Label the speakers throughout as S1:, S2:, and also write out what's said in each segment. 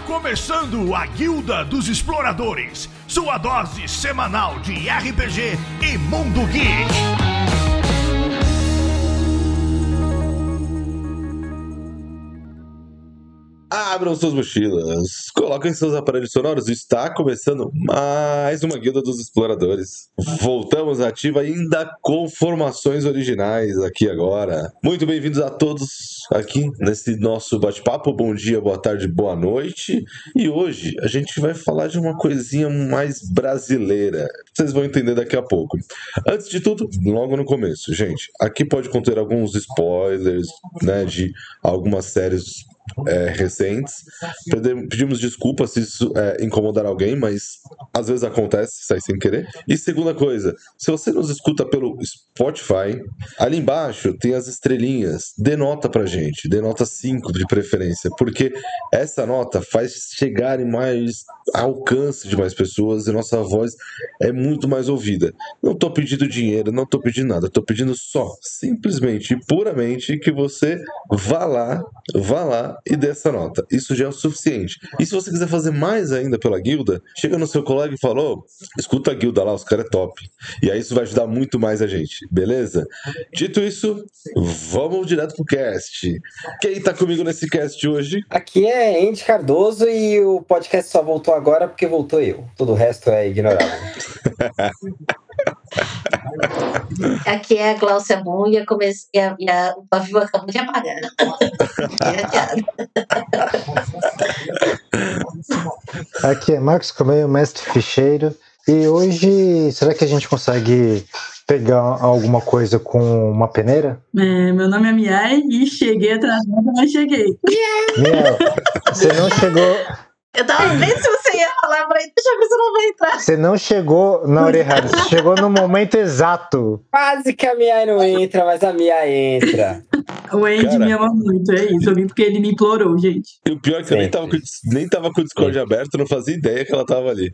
S1: começando a Guilda dos Exploradores, sua dose semanal de RPG e Mundo Geek.
S2: Abram suas mochilas, coloquem seus aparelhos sonoros. Está começando mais uma Guilda dos Exploradores. Voltamos ativa ainda com formações originais aqui agora. Muito bem-vindos a todos aqui nesse nosso bate-papo. Bom dia, boa tarde, boa noite. E hoje a gente vai falar de uma coisinha mais brasileira. Vocês vão entender daqui a pouco. Antes de tudo, logo no começo, gente, aqui pode conter alguns spoilers, né, de algumas séries é, recentes. Pede- Pedimos desculpas se isso é, incomodar alguém, mas às vezes acontece, sai sem querer. E segunda coisa, se você nos escuta pelo Spotify, ali embaixo tem as estrelinhas. Dê nota pra gente, dê nota 5 de preferência, porque essa nota faz chegar em mais alcance de mais pessoas e nossa voz é muito mais ouvida. Não tô pedindo dinheiro, não tô pedindo nada, tô pedindo só, simplesmente e puramente que você vá lá, vá lá e dê essa nota. Isso já é o suficiente. E se você quiser fazer mais ainda pela guilda, chega no seu colega e fala: "Ô, escuta a guilda lá, os caras é top. E aí isso vai ajudar muito mais a gente, beleza? Dito isso, vamos direto pro cast. Quem tá comigo nesse cast hoje?
S3: Aqui é Andy Cardoso e o podcast só voltou agora porque voltou eu. Todo o resto é ignorado.
S4: Aqui é a Glaucia Moon e, eu comecei, e, a, e a- o pavio acabou de apagar. Minha piada.
S5: Aqui é Marcos Comeio, mestre ficheiro. E hoje, será que a gente consegue pegar alguma coisa com uma peneira?
S6: É, meu nome é Miai e cheguei atrasada, mas cheguei.
S5: Miel, você não chegou,
S4: eu tava vendo se você ia falar, eu falei, deixa eu ver se não vai entrar.
S5: você não chegou na hora errada, você chegou no momento exato.
S3: Quase que a Mia não entra, mas a Mia entra.
S6: O Andy
S2: Cara.
S6: me ama muito, é isso. Eu vim porque ele me implorou, gente.
S2: E o pior é que eu nem tava,
S3: Sempre.
S2: com, nem tava com o Discord aberto, não fazia ideia que ela tava ali.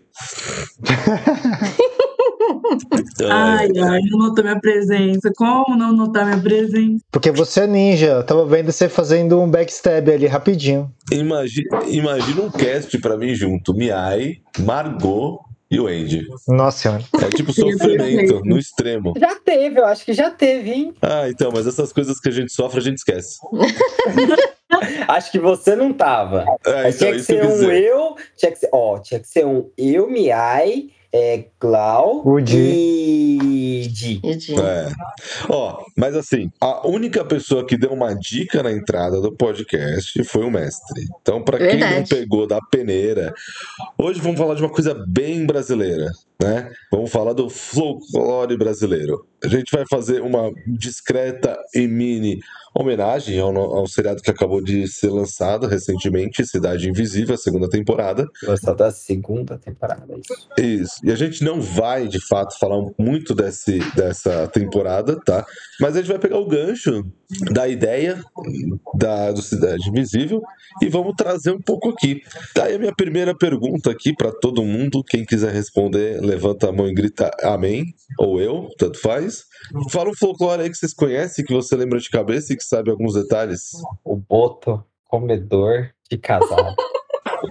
S2: É,
S6: Ai, ai, não notou minha presença. Como não notar minha presença?
S5: Porque você é ninja, eu tava vendo você fazendo um backstab ali rapidinho.
S2: Imagina, imagina um cast pra mim junto. Miai, Margot e o Andy.
S5: Nossa senhora.
S2: É tipo sofrimento no extremo.
S3: Já teve, eu acho que já teve, hein?
S2: Ah, então, mas essas coisas que a gente sofre, a gente esquece.
S3: Acho que você não tava.
S2: É,
S3: Mas
S2: então,
S3: tinha que
S2: isso que
S3: ser
S2: eu quis
S3: um
S2: dizer.
S3: eu, tinha que ser, ó, tinha que ser um eu, Miai, é, Glau
S5: O Di.
S3: e Di.
S2: É. Ó, mas assim, a única pessoa que deu uma dica na entrada do podcast foi o mestre. Então, pra quem não
S4: Verdade.
S2: pegou da peneira, hoje vamos falar de uma coisa bem brasileira, né? Vamos falar do folclore brasileiro. A gente vai fazer uma discreta e mini homenagem ao, no- ao seriado que acabou de ser lançado recentemente, Cidade Invisível, a segunda temporada.
S3: Gostou da segunda temporada, é isso.
S2: Isso. E a gente não vai, de fato, falar muito desse, dessa temporada, tá? Mas a gente vai pegar o gancho da ideia da, do Cidade Invisível e vamos trazer um pouco aqui. Daí a minha primeira pergunta aqui para todo mundo. Quem quiser responder, levanta a mão e grita amém. Ou eu, tanto faz. Fala um folclore aí que vocês conhecem, que você lembra de cabeça e que sabe alguns detalhes.
S3: O Boto, comedor de casada.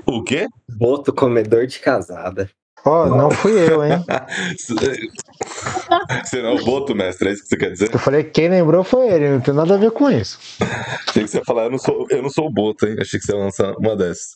S2: O quê?
S3: Boto, comedor de casada.
S5: Ó, não fui eu, hein?
S2: Será o boto, mestre? É isso que você quer dizer?
S5: Eu falei, quem lembrou foi ele, não tem nada a ver com isso.
S2: Achei que você ia falar, eu não sou, eu não sou o Boto, hein? Achei que você ia lançar uma dessas.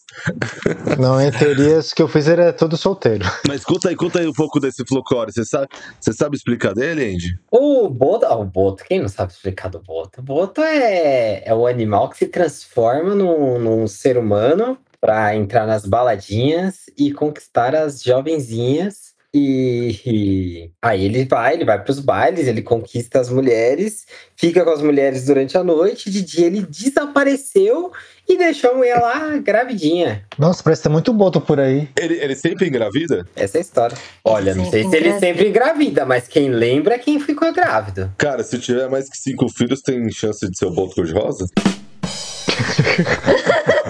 S5: Não, em teorias que eu fiz era todo solteiro.
S2: Mas conta aí, conta aí um pouco desse folclore. Você sabe, você sabe explicar dele, Andy?
S3: O Boto, ah, o Boto, quem não sabe explicar do Boto? O Boto é, é um animal que se transforma num, num ser humano para entrar nas baladinhas e conquistar as jovenzinhas. E, e aí ele vai, ele vai pros bailes, ele conquista as mulheres, fica com as mulheres durante a noite, de dia ele desapareceu e deixou a mulher lá gravidinha.
S5: Nossa, parece que tem muito boto por aí.
S2: Ele, ele sempre engravida?
S3: Essa é a história. Olha, não sei se ele sempre engravida, mas quem lembra é quem ficou grávido.
S2: Cara, se tiver mais que cinco filhos, tem chance de ser o Boto cor-de-rosa?
S5: É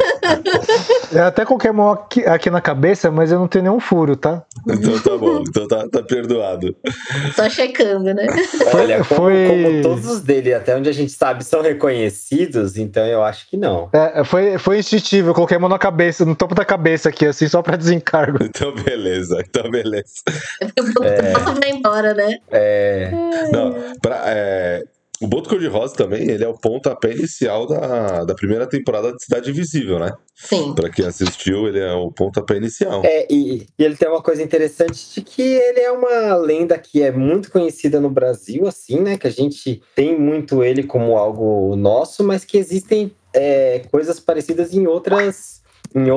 S5: Eu até coloquei a mão aqui, aqui na cabeça, mas eu não tenho nenhum furo, tá?
S2: Então tá bom, então tá, tá perdoado.
S4: É. Só checando, né?
S3: Olha, como,
S5: Foi-
S3: como todos os dele, até onde a gente sabe, são reconhecidos, então eu acho que não.
S5: É, foi, foi instintivo, eu coloquei a mão na cabeça, no topo da cabeça aqui, assim, só pra desencargo.
S2: Então beleza, então beleza.
S4: É porque o Boto vai embora, né?
S3: É,
S2: Não, pra, é, o Boto Cor-de-Rosa também, ele é o pontapé inicial da, da primeira temporada de Cidade Invisível, né?
S4: Sim.
S2: Pra quem assistiu, ele é o pontapé inicial.
S3: É, e, e ele tem uma coisa interessante de que ele é uma lenda que é muito conhecida no Brasil, assim, né? Que a gente tem muito ele como algo nosso, mas que existem é, coisas parecidas em outras, em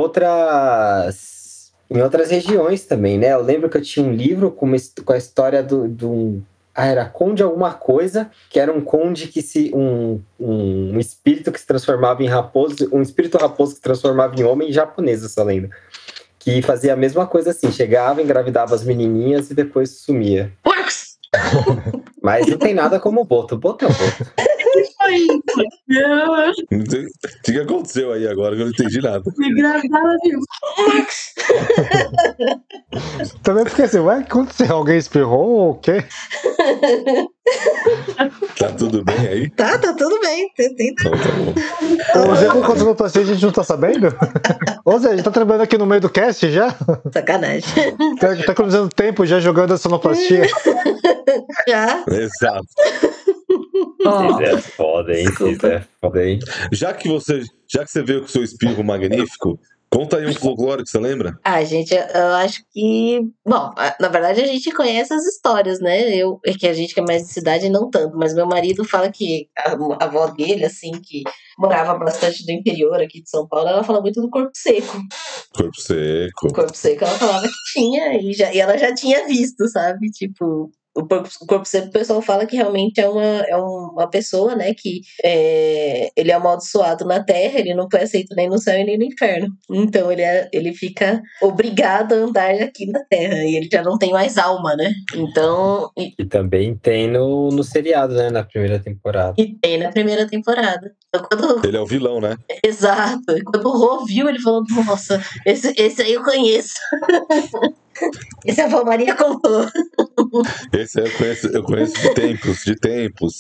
S3: outras, em outras regiões também, né? Eu lembro que eu tinha um livro com, uma, his- com a história do, do ah, era conde alguma coisa, que era um conde que se. Um, um, um espírito que se transformava em raposo, um espírito raposo que se transformava em homem japonês, essa lenda que fazia a mesma coisa assim, chegava, engravidava as menininhas e depois sumia.
S4: Marcos!
S3: Mas não tem nada como o Boto. O Boto é o Boto.
S6: Foi isso. Eu
S2: Não sei O que que aconteceu aí agora? que Eu não entendi nada.
S6: me gravava assim.
S4: Marcos!
S5: Também porque assim, ué, o que aconteceu? Alguém espirrou ou o quê?
S2: Tá tudo bem aí?
S4: Tá, tá tudo bem. Tem- tem-
S2: Então tá bom.
S5: Ou já que aconteceu no passeio a gente não tá sabendo? Ou seja, a gente tá trabalhando aqui no meio do cast já?
S4: Sacanagem.
S5: Tá, tá economizando tempo já jogando a sonoplastia?
S4: Já.
S2: Exato.
S6: Ó,
S3: é foda, hein? Vocês é foda, hein?
S2: Já que você, já que você veio com seu espirro magnífico, conta aí um folclore que você lembra?
S4: Ah, gente, eu, eu acho que. Bom, a- na verdade a gente conhece as histórias, né? Eu, é que a gente que é mais de cidade, não tanto, mas meu marido fala que a, a avó dele, assim, que morava bastante do interior aqui de São Paulo, ela fala muito do corpo seco.
S2: Corpo seco.
S4: O corpo seco ela falava que tinha, e, já, e ela já tinha visto, sabe? Tipo. O corpo, o corpo seco, o pessoal fala que realmente é uma, é uma pessoa, né? Que é, ele é amaldiçoado na Terra, ele não foi aceito nem no céu e nem no inferno. Então ele, é- ele fica obrigado a andar aqui na Terra. E ele já não tem mais alma, né? Então. E,
S3: E também tem no, no seriado, né? Na primeira temporada.
S4: e tem na primeira temporada. Então, quando,
S2: Ele é o vilão, né?
S4: exato. Quando o Rô viu, ele falou: Nossa, esse, esse aí eu conheço. esse é a Vó Maria contou.
S2: Esse aí eu conheço, eu conheço de tempos, de tempos.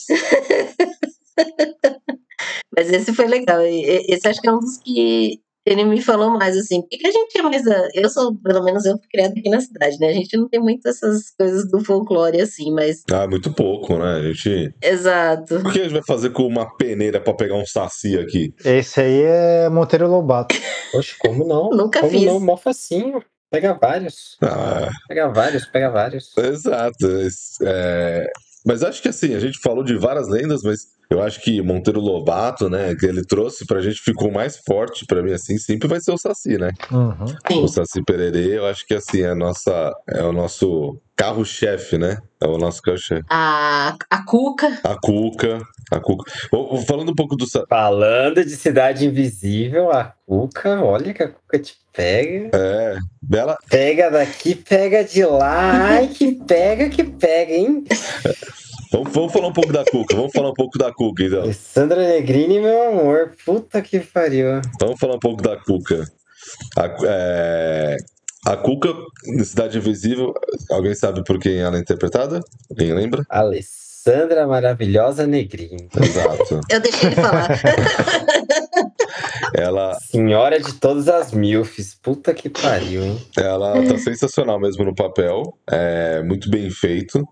S4: Mas esse foi legal. e- e- Esse acho que é um dos que ele me falou mais, assim. Porque a gente é mais. a- Eu sou, pelo menos eu fui criada aqui na cidade, né? A gente não tem muito essas coisas do folclore, assim, mas.
S2: Ah, muito pouco, né? A gente.
S4: Exato.
S2: O que a gente vai fazer com uma peneira pra pegar um saci aqui?
S5: Esse aí é Monteiro Lobato.
S3: Poxa, como não?
S4: Nunca
S3: como
S4: fiz.
S3: não? Mó facinho. Pega vários.
S2: Ah,
S3: Pega vários, pega vários.
S2: exato. Esse- é, Mas acho que assim, a gente falou de várias lendas, mas eu acho que Monteiro Lobato, né, que ele trouxe pra gente, ficou mais forte pra mim, assim, sempre vai ser o Saci, né?
S5: Uhum.
S4: Sim.
S2: O Saci Pererê, eu acho que assim, é, a nossa, é o nosso carro-chefe, né? É o nosso carro-chefe.
S4: a, a Cuca.
S2: A Cuca, a Cuca. Ô, ô, Falando um pouco do, Sa-
S3: Falando de Cidade Invisível, a Cuca, olha que a Cuca te pega.
S2: É, bela,
S3: Pega daqui, pega de lá. Ai, que pega, que pega, hein?
S2: vamos, vamos falar um pouco da Cuca, vamos falar um pouco da Cuca, então.
S3: Alessandra Negrini, meu amor, puta que pariu.
S2: Vamos falar um pouco da Cuca. A, Cu- é, a Cuca, em Cidade Invisível, alguém sabe por quem ela é interpretada? Alguém lembra?
S3: Alessandra Maravilhosa Negrini,
S2: Exato.
S4: Eu deixei ele falar.
S2: Ela,
S3: senhora de todas as milfs, puta que pariu, hein?
S2: ela tá sensacional mesmo no papel, é muito bem feito.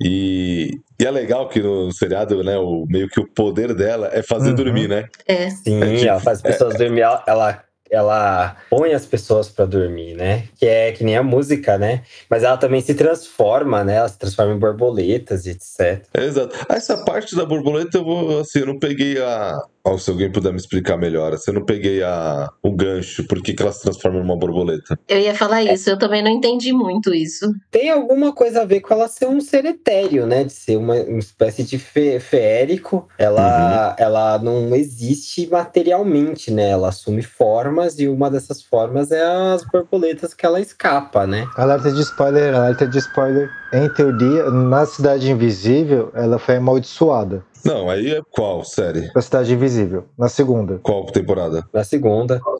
S2: E, e é legal que no seriado, né, o, meio que o poder dela é fazer
S5: Uhum.
S2: dormir, né?
S4: É.
S3: Sim,
S2: É, tipo,
S3: ela faz pessoas dormir, ela, ela, ela põe as pessoas pra dormir, né? Que é que nem a música, né? Mas ela também se transforma, né? Ela se transforma em borboletas e etc.
S2: Exato. Ah, Essa parte da borboleta, eu vou, assim, eu não peguei a. Ó, se alguém puder me explicar melhor, assim, eu não peguei a... o gancho, por que, que ela se transforma numa borboleta.
S4: Eu ia falar
S5: É.
S4: isso, eu também não entendi muito isso.
S3: Tem alguma coisa a ver com ela ser um ser etéreo, né? De ser uma, uma espécie de fe, feérico.
S5: Uhum.
S3: Ela, ela não existe materialmente, né? Ela assume formas e uma dessas formas é as borboletas que ela escapa, né?
S5: Alerta de spoiler, alerta de spoiler. Em teoria, na Cidade Invisível, ela foi amaldiçoada.
S2: Não, aí é qual série?
S5: Da Cidade Invisível, na segunda.
S2: Qual temporada?
S3: Na segunda.
S6: Qual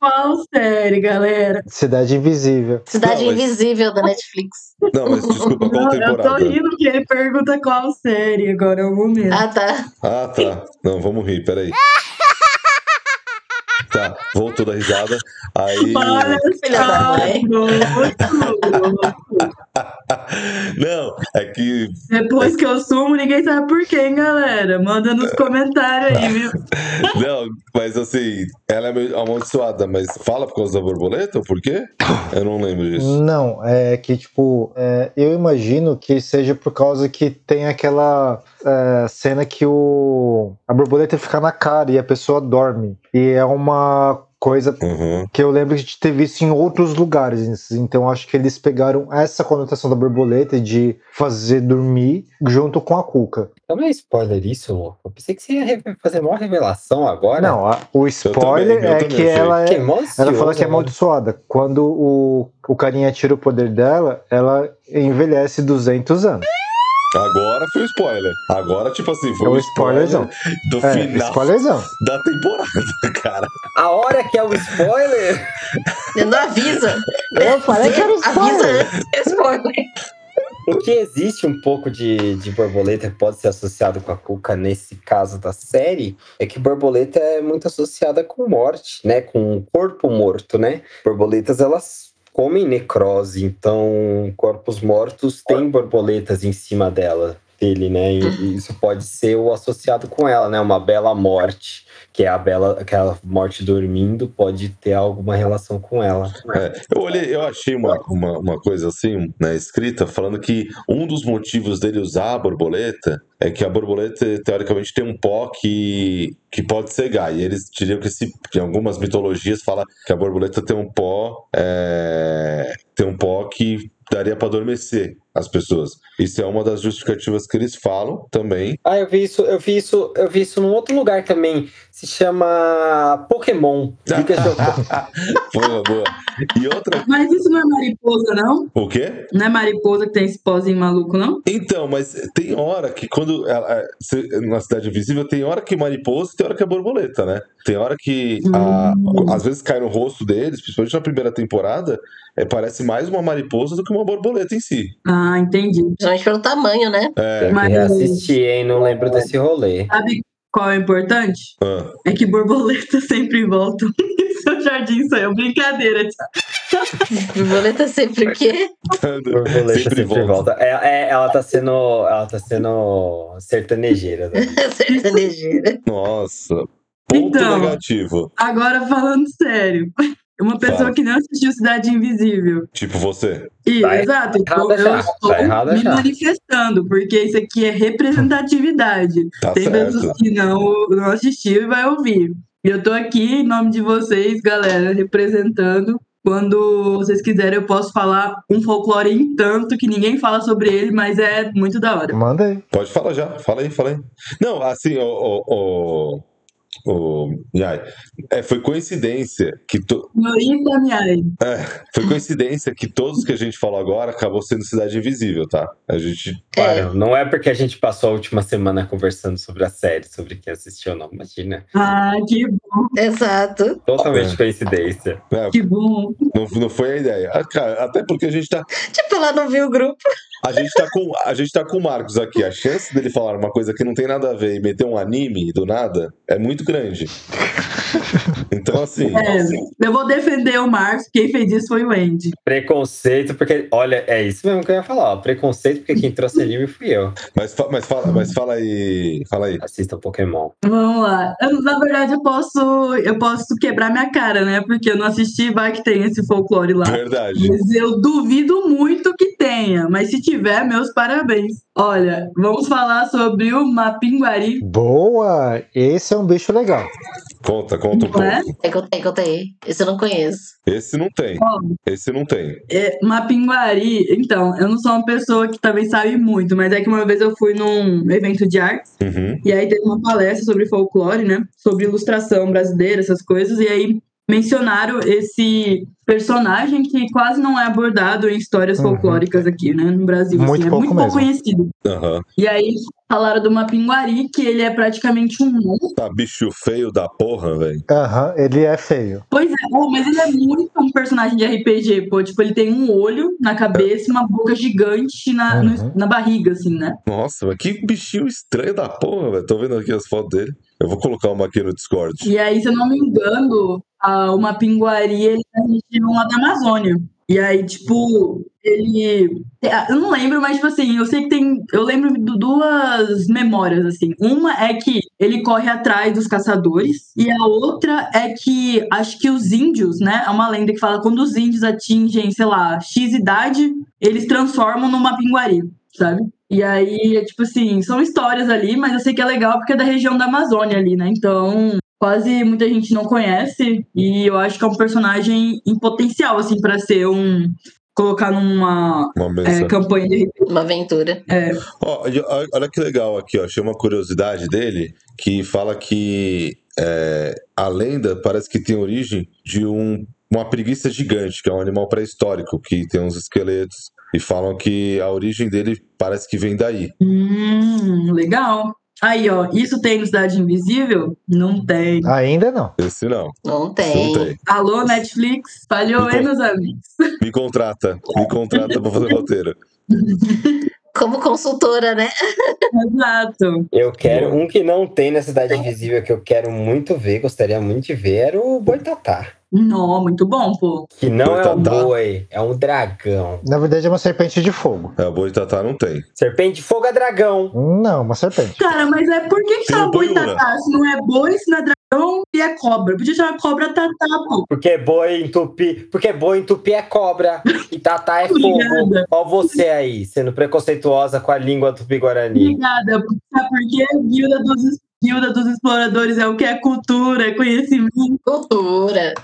S6: série, galera?
S5: Cidade Invisível.
S4: Cidade
S2: Não, mas-
S4: Invisível da Netflix.
S2: Não, mas desculpa, qual
S6: Não, eu tô
S2: temporada?
S6: rindo que ele pergunta qual série agora, é o momento.
S4: Ah, tá.
S2: Ah, tá. Não, vamos rir, peraí. Tá, voltou da risada. Aí.
S6: Olha
S4: Filha da
S6: só,
S4: mãe.
S6: Bruno.
S2: Não, é que.
S6: Depois que eu sumo, ninguém sabe por quê, hein, galera? Manda nos comentários aí, viu?
S2: Não, mas assim, ela é meio amaldiçoada, mas fala por causa da borboleta? ou Por quê? Eu não lembro disso.
S5: Não, é que, tipo, é, eu imagino que seja por causa que tem aquela é, cena que o a borboleta fica na cara e a pessoa dorme. E é uma coisa
S2: Uhum.
S5: que eu lembro de ter visto em outros lugares. Então acho que eles pegaram essa conotação da borboleta de fazer dormir junto com a cuca.
S3: Também é spoiler isso, louco. Eu pensei que você ia re- fazer maior revelação agora.
S5: Não, a- o spoiler
S2: também, Ah, eu
S5: é
S2: também
S5: que
S2: achei.
S5: ela
S3: Que
S5: é. Ela fala que é
S3: maldição.
S5: amaldiçoada. Quando o, o carinha tira o poder dela, ela envelhece 200 anos.
S2: Agora foi um spoiler. Agora, tipo assim, foi
S5: É
S2: um
S5: um
S2: spoiler
S5: spoilerzão.
S2: do
S5: É,
S2: final
S5: spoilerzão.
S2: da temporada, cara.
S3: A hora que é o spoiler.
S4: Não avisa.
S5: Eu falei que era
S4: Avisa
S5: spoiler.
S4: antes. é spoiler.
S3: o que existe um pouco de, de borboleta que pode ser associado com a cuca nesse caso da série é que borboleta é muito associada com morte, né? Com um corpo morto, né? Borboletas, elas comem necrose, então corpos mortos têm borboletas em cima dela, dele, né? E, e isso pode ser o associado com ela, né? Uma bela morte, que é a bela, aquela morte dormindo, pode ter alguma relação com ela.
S2: É, eu olhei, eu achei uma, uma, uma coisa assim na escrita falando que um dos motivos dele usar a borboleta é que a borboleta teoricamente tem um pó que, que pode cegar. E eles diriam que se, em algumas mitologias fala que a borboleta tem um pó é, tem um pó que daria para adormecer as pessoas. Isso é uma das justificativas que eles falam também.
S3: Ah, eu vi isso, eu vi isso, eu vi isso num outro lugar também. Se chama Pokémon. Liga de Pokémon.
S2: Foi uma boa. E outra,
S6: Mas isso não é mariposa, não?
S2: o quê?
S6: Não é mariposa que tem esse pozinho maluco, não?
S2: Então, mas tem hora que quando. ela- é, se- na Cidade Invisível, tem hora que é mariposa e tem hora que é borboleta, né? Tem hora que. a-
S6: Hum.
S2: às vezes cai no rosto deles, principalmente na primeira temporada, é, parece mais uma mariposa do que uma borboleta em si. É,
S6: Ah, entendi.
S4: Principalmente pelo tamanho, né?
S3: Eu
S6: Mas-
S3: reassisti, hein? Não lembro desse rolê.
S6: Sabe qual é o importante?
S2: Ah.
S6: É que borboletas sempre voltam. Seu jardim saiu. Brincadeira, tia.
S4: Borboleta sempre o quê?
S3: Borboleta sempre,
S2: Sempre volta.
S3: volta. É- é- ela tá sendo. Ela tá sendo sertanejeira. Né?
S4: Sertanejeira.
S2: Nossa. Ponto
S6: Então.
S2: negativo.
S6: Agora falando sério. Uma pessoa
S2: Fala.
S6: que não assistiu Cidade Invisível.
S2: Tipo você.
S6: E,
S3: Tá
S6: exato.
S3: errada
S6: eu
S3: já,
S6: estou
S3: tá errada
S6: me
S3: já.
S6: manifestando, porque isso aqui é representatividade.
S2: Tá
S6: Tem
S2: certo.
S6: pessoas que não, não assistiu e vai ouvir. E Eu tô aqui em nome de vocês, galera, representando. Quando vocês quiserem, eu posso falar um folclore em tanto que ninguém fala sobre ele, mas é muito da hora.
S5: Manda aí.
S2: Pode falar já. Fala aí, fala aí. Não, assim, o. o, o, o Nhai, é, foi coincidência que to,
S6: Norita Miai.
S2: Foi coincidência que todos que a gente falou agora acabou sendo Cidade Invisível, tá? A gente.
S4: É.
S3: Claro, não é porque a gente passou a última semana conversando sobre a série, sobre quem assistiu, não. Imagina.
S6: Ah, que,
S4: É, Exato.
S3: Totalmente
S2: É.
S3: coincidência.
S2: né,
S6: que bom.
S2: não, não foi a ideia. Ah, cara, até porque a gente tá.
S4: Tipo, ela não viu o grupo.
S2: A gente tá, com, a gente tá com o Marcos aqui. A chance dele falar uma coisa que não tem nada a ver e meter um anime do nada é muito grande. Então, assim.
S6: É, eu vou defender o Marcos, quem fez isso foi o Andy.
S3: Preconceito, porque. Olha, é isso mesmo que eu ia falar. ó. Preconceito, porque quem trouxe anime fui eu.
S2: Mas, fa- mas, fala, mas fala aí. Fala aí.
S3: Assista Pokémon.
S6: Vamos lá. Eu, na verdade, eu posso, eu posso quebrar minha cara, né? Porque eu não assisti, vai que tem esse folclore lá.
S2: Verdade.
S6: Mas eu duvido muito que tenha. Mas se tiver, meus parabéns. Olha, vamos falar sobre o Mapinguari.
S5: Boa! Esse é um bicho legal.
S2: Conta, conta um
S6: Não é?
S2: pouco.
S4: É, conta aí, conta aí. Esse eu não conheço.
S2: Esse não tem.
S6: Ó,
S2: Esse não tem.
S6: É, Mapinguari, então, eu não sou uma pessoa que também sabe muito, mas é que uma vez eu fui num evento de artes
S2: Uhum.
S6: e aí teve uma palestra sobre folclore, né? Sobre ilustração brasileira, essas coisas, e aí mencionaram esse personagem que quase não é abordado em histórias
S5: Uhum.
S6: folclóricas aqui, né, no Brasil.
S5: Muito
S6: assim, é
S5: pouco
S6: muito pouco
S5: mesmo.
S6: conhecido.
S2: Aham.
S6: E aí falaram do Mapinguari, que ele é praticamente um monstro.
S2: Tá bicho feio da porra, velho.
S5: Aham, ele é feio.
S6: Pois é, oh, mas ele é muito um personagem de RPG, pô. Tipo, ele tem um olho na cabeça e uma boca gigante na, no-
S5: Uhum.
S6: na barriga, assim, né?
S2: Nossa, mas que bichinho estranho da porra, velho. Tô vendo aqui as fotos dele. Eu vou colocar uma aqui no Discord.
S6: E aí, se eu não me engano, a, uma pinguaria ele é da região lá da Amazônia. E aí, tipo, ele. Eu não lembro, mas, tipo assim, eu sei que tem. Eu lembro de duas memórias, assim. Uma é que ele corre atrás dos caçadores, e a outra é que acho que os índios, né? É uma lenda que fala quando os índios atingem, sei lá, X idade, eles transformam numa pinguari, sabe? E aí, é tipo assim, são histórias ali, mas eu sei que é legal porque é da região da Amazônia ali, né? Então, quase muita gente não conhece e eu acho que é um personagem em potencial assim para ser um colocar numa
S2: Uma
S6: é,
S2: menção.
S6: campanha de
S4: Uma aventura.
S6: é,
S2: Ó, olha- olha que legal aqui, ó. Achei uma curiosidade dele que fala que é, a lenda parece que tem origem de um- uma preguiça gigante, que é um animal pré-histórico, que tem uns esqueletos. E falam que a origem dele parece que vem daí.
S6: hum, legal aí ó isso tem no Cidade Invisível não tem
S5: Ainda não.
S2: Esse não.
S4: Não
S2: Esse
S4: tem.
S2: não tem.
S6: alô Netflix falhou hein meus amigos
S2: Me contrata. Me contrata pra fazer roteiro.
S4: Como consultora, né?
S6: exato
S3: Eu quero.
S2: Boa.
S3: Um que não tem na Cidade Invisível que eu quero muito ver, gostaria muito de ver, era o Boitatá.
S6: não muito bom pô
S3: Que não é um
S2: Boitatá?
S3: boi, é um dragão.
S5: Na verdade, é uma serpente de fogo.
S2: É, a Boi de Tatá não tem.
S3: Serpente de fogo é dragão.
S5: Não, uma serpente.
S6: cara mas é por que que
S2: Tem o
S6: chama boi
S2: Boiura.
S6: tatá se não é boi se não é dragão e é cobra podia chamar cobra tatá pô
S3: Porque boi entupi. Porque boi entupi é cobra. E tatá é fogo.
S6: Obrigada.
S3: Ó você aí, sendo preconceituosa com a língua tupi-guarani.
S6: Obrigada, sabe por quê? Guilda dos, Guilda dos Exploradores é o que é cultura, é conhecimento.
S4: Cultura.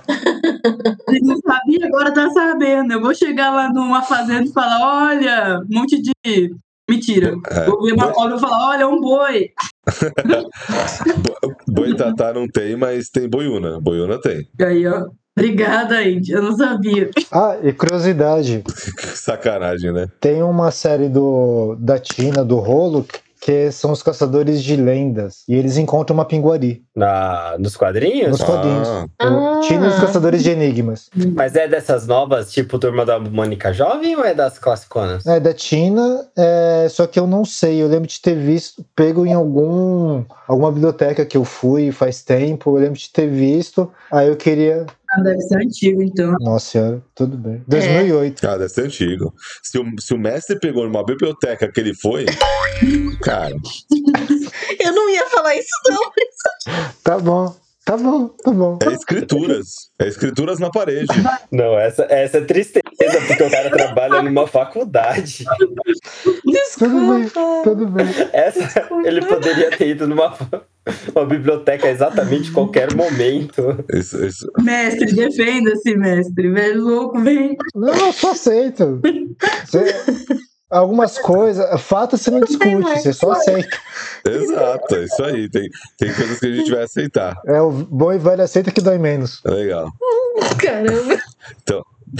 S6: Ele não sabia, agora tá sabendo. Eu vou chegar lá numa fazenda e falar: olha, um monte de. Mentira.
S2: É.
S6: Vou ver uma cobra e falar: olha, é um boi.
S2: Boi Tatá não tem, mas tem Boiuna. Boiuna tem.
S6: E aí, ó. Obrigada, Andy. Eu não sabia.
S5: Ah, e curiosidade.
S2: Sacanagem, né?
S5: Tem uma série do, da China, do Rolo, que são os caçadores de lendas. E eles encontram uma pinguari.
S3: Na, nos quadrinhos?
S5: Nos quadrinhos.
S2: Ah.
S4: Ah.
S5: O China e os caçadores de enigmas.
S3: Mas é dessas novas, tipo Turma da Mônica Jovem ou é das classiconas?
S5: É da China, é, só que eu não sei. Eu lembro de ter visto, pego em algum alguma biblioteca que eu fui faz tempo. Eu lembro de ter visto. Aí eu queria.
S6: Ah, deve ser antigo, então.
S5: Nossa senhora, tudo bem. 2008.
S2: Ah, deve ser antigo. Se o, se o mestre pegou numa biblioteca que ele foi, cara,
S4: Eu não ia falar isso, não.
S5: Tá bom, tá bom, tá bom.
S2: é escrituras. É escrituras na parede.
S3: Não, essa, essa é tristeza, porque o cara trabalha numa faculdade.
S5: Tudo bem,
S4: Desculpa.
S5: tudo bem.
S3: Essa, ele poderia ter ido numa uma biblioteca a exatamente qualquer momento.
S2: Isso- isso-
S6: Mestre, defenda-se, mestre. Velho louco, vem.
S5: Não, eu só aceito. Você- algumas coisas, fato você não discute, você só aceita.
S2: exato, é isso aí. Tem, tem coisas que a gente vai aceitar.
S5: É o bom e velho aceita que dói menos.
S2: É Legal.
S4: Caramba.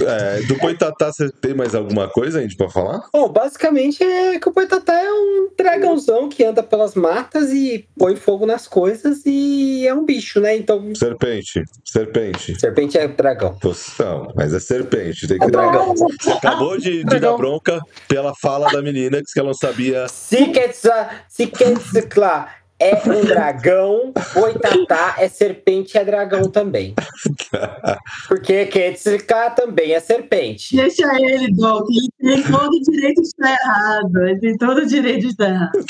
S2: É, do Boitatá, você tem mais alguma coisa, gente, pra falar?
S3: Bom, basicamente é que o Boitatá é um dragãozão que anda pelas matas e põe fogo nas coisas e é um bicho, né? Então,
S2: Serpente. Serpente.
S3: serpente é dragão.
S2: Poxa, Não, mas é serpente. Tem que
S3: É dragão.
S2: Você acabou de, de dar
S3: Dragão.
S2: bronca pela fala da menina que ela não sabia.
S3: Siketsa, Siketsukla é um dragão, Boitatá é serpente e é dragão também. Porque Ketsukla também é serpente.
S6: Deixa ele, Doc. Ele tem todo o direito de estar errado. Ele tem todo o direito de estar errado.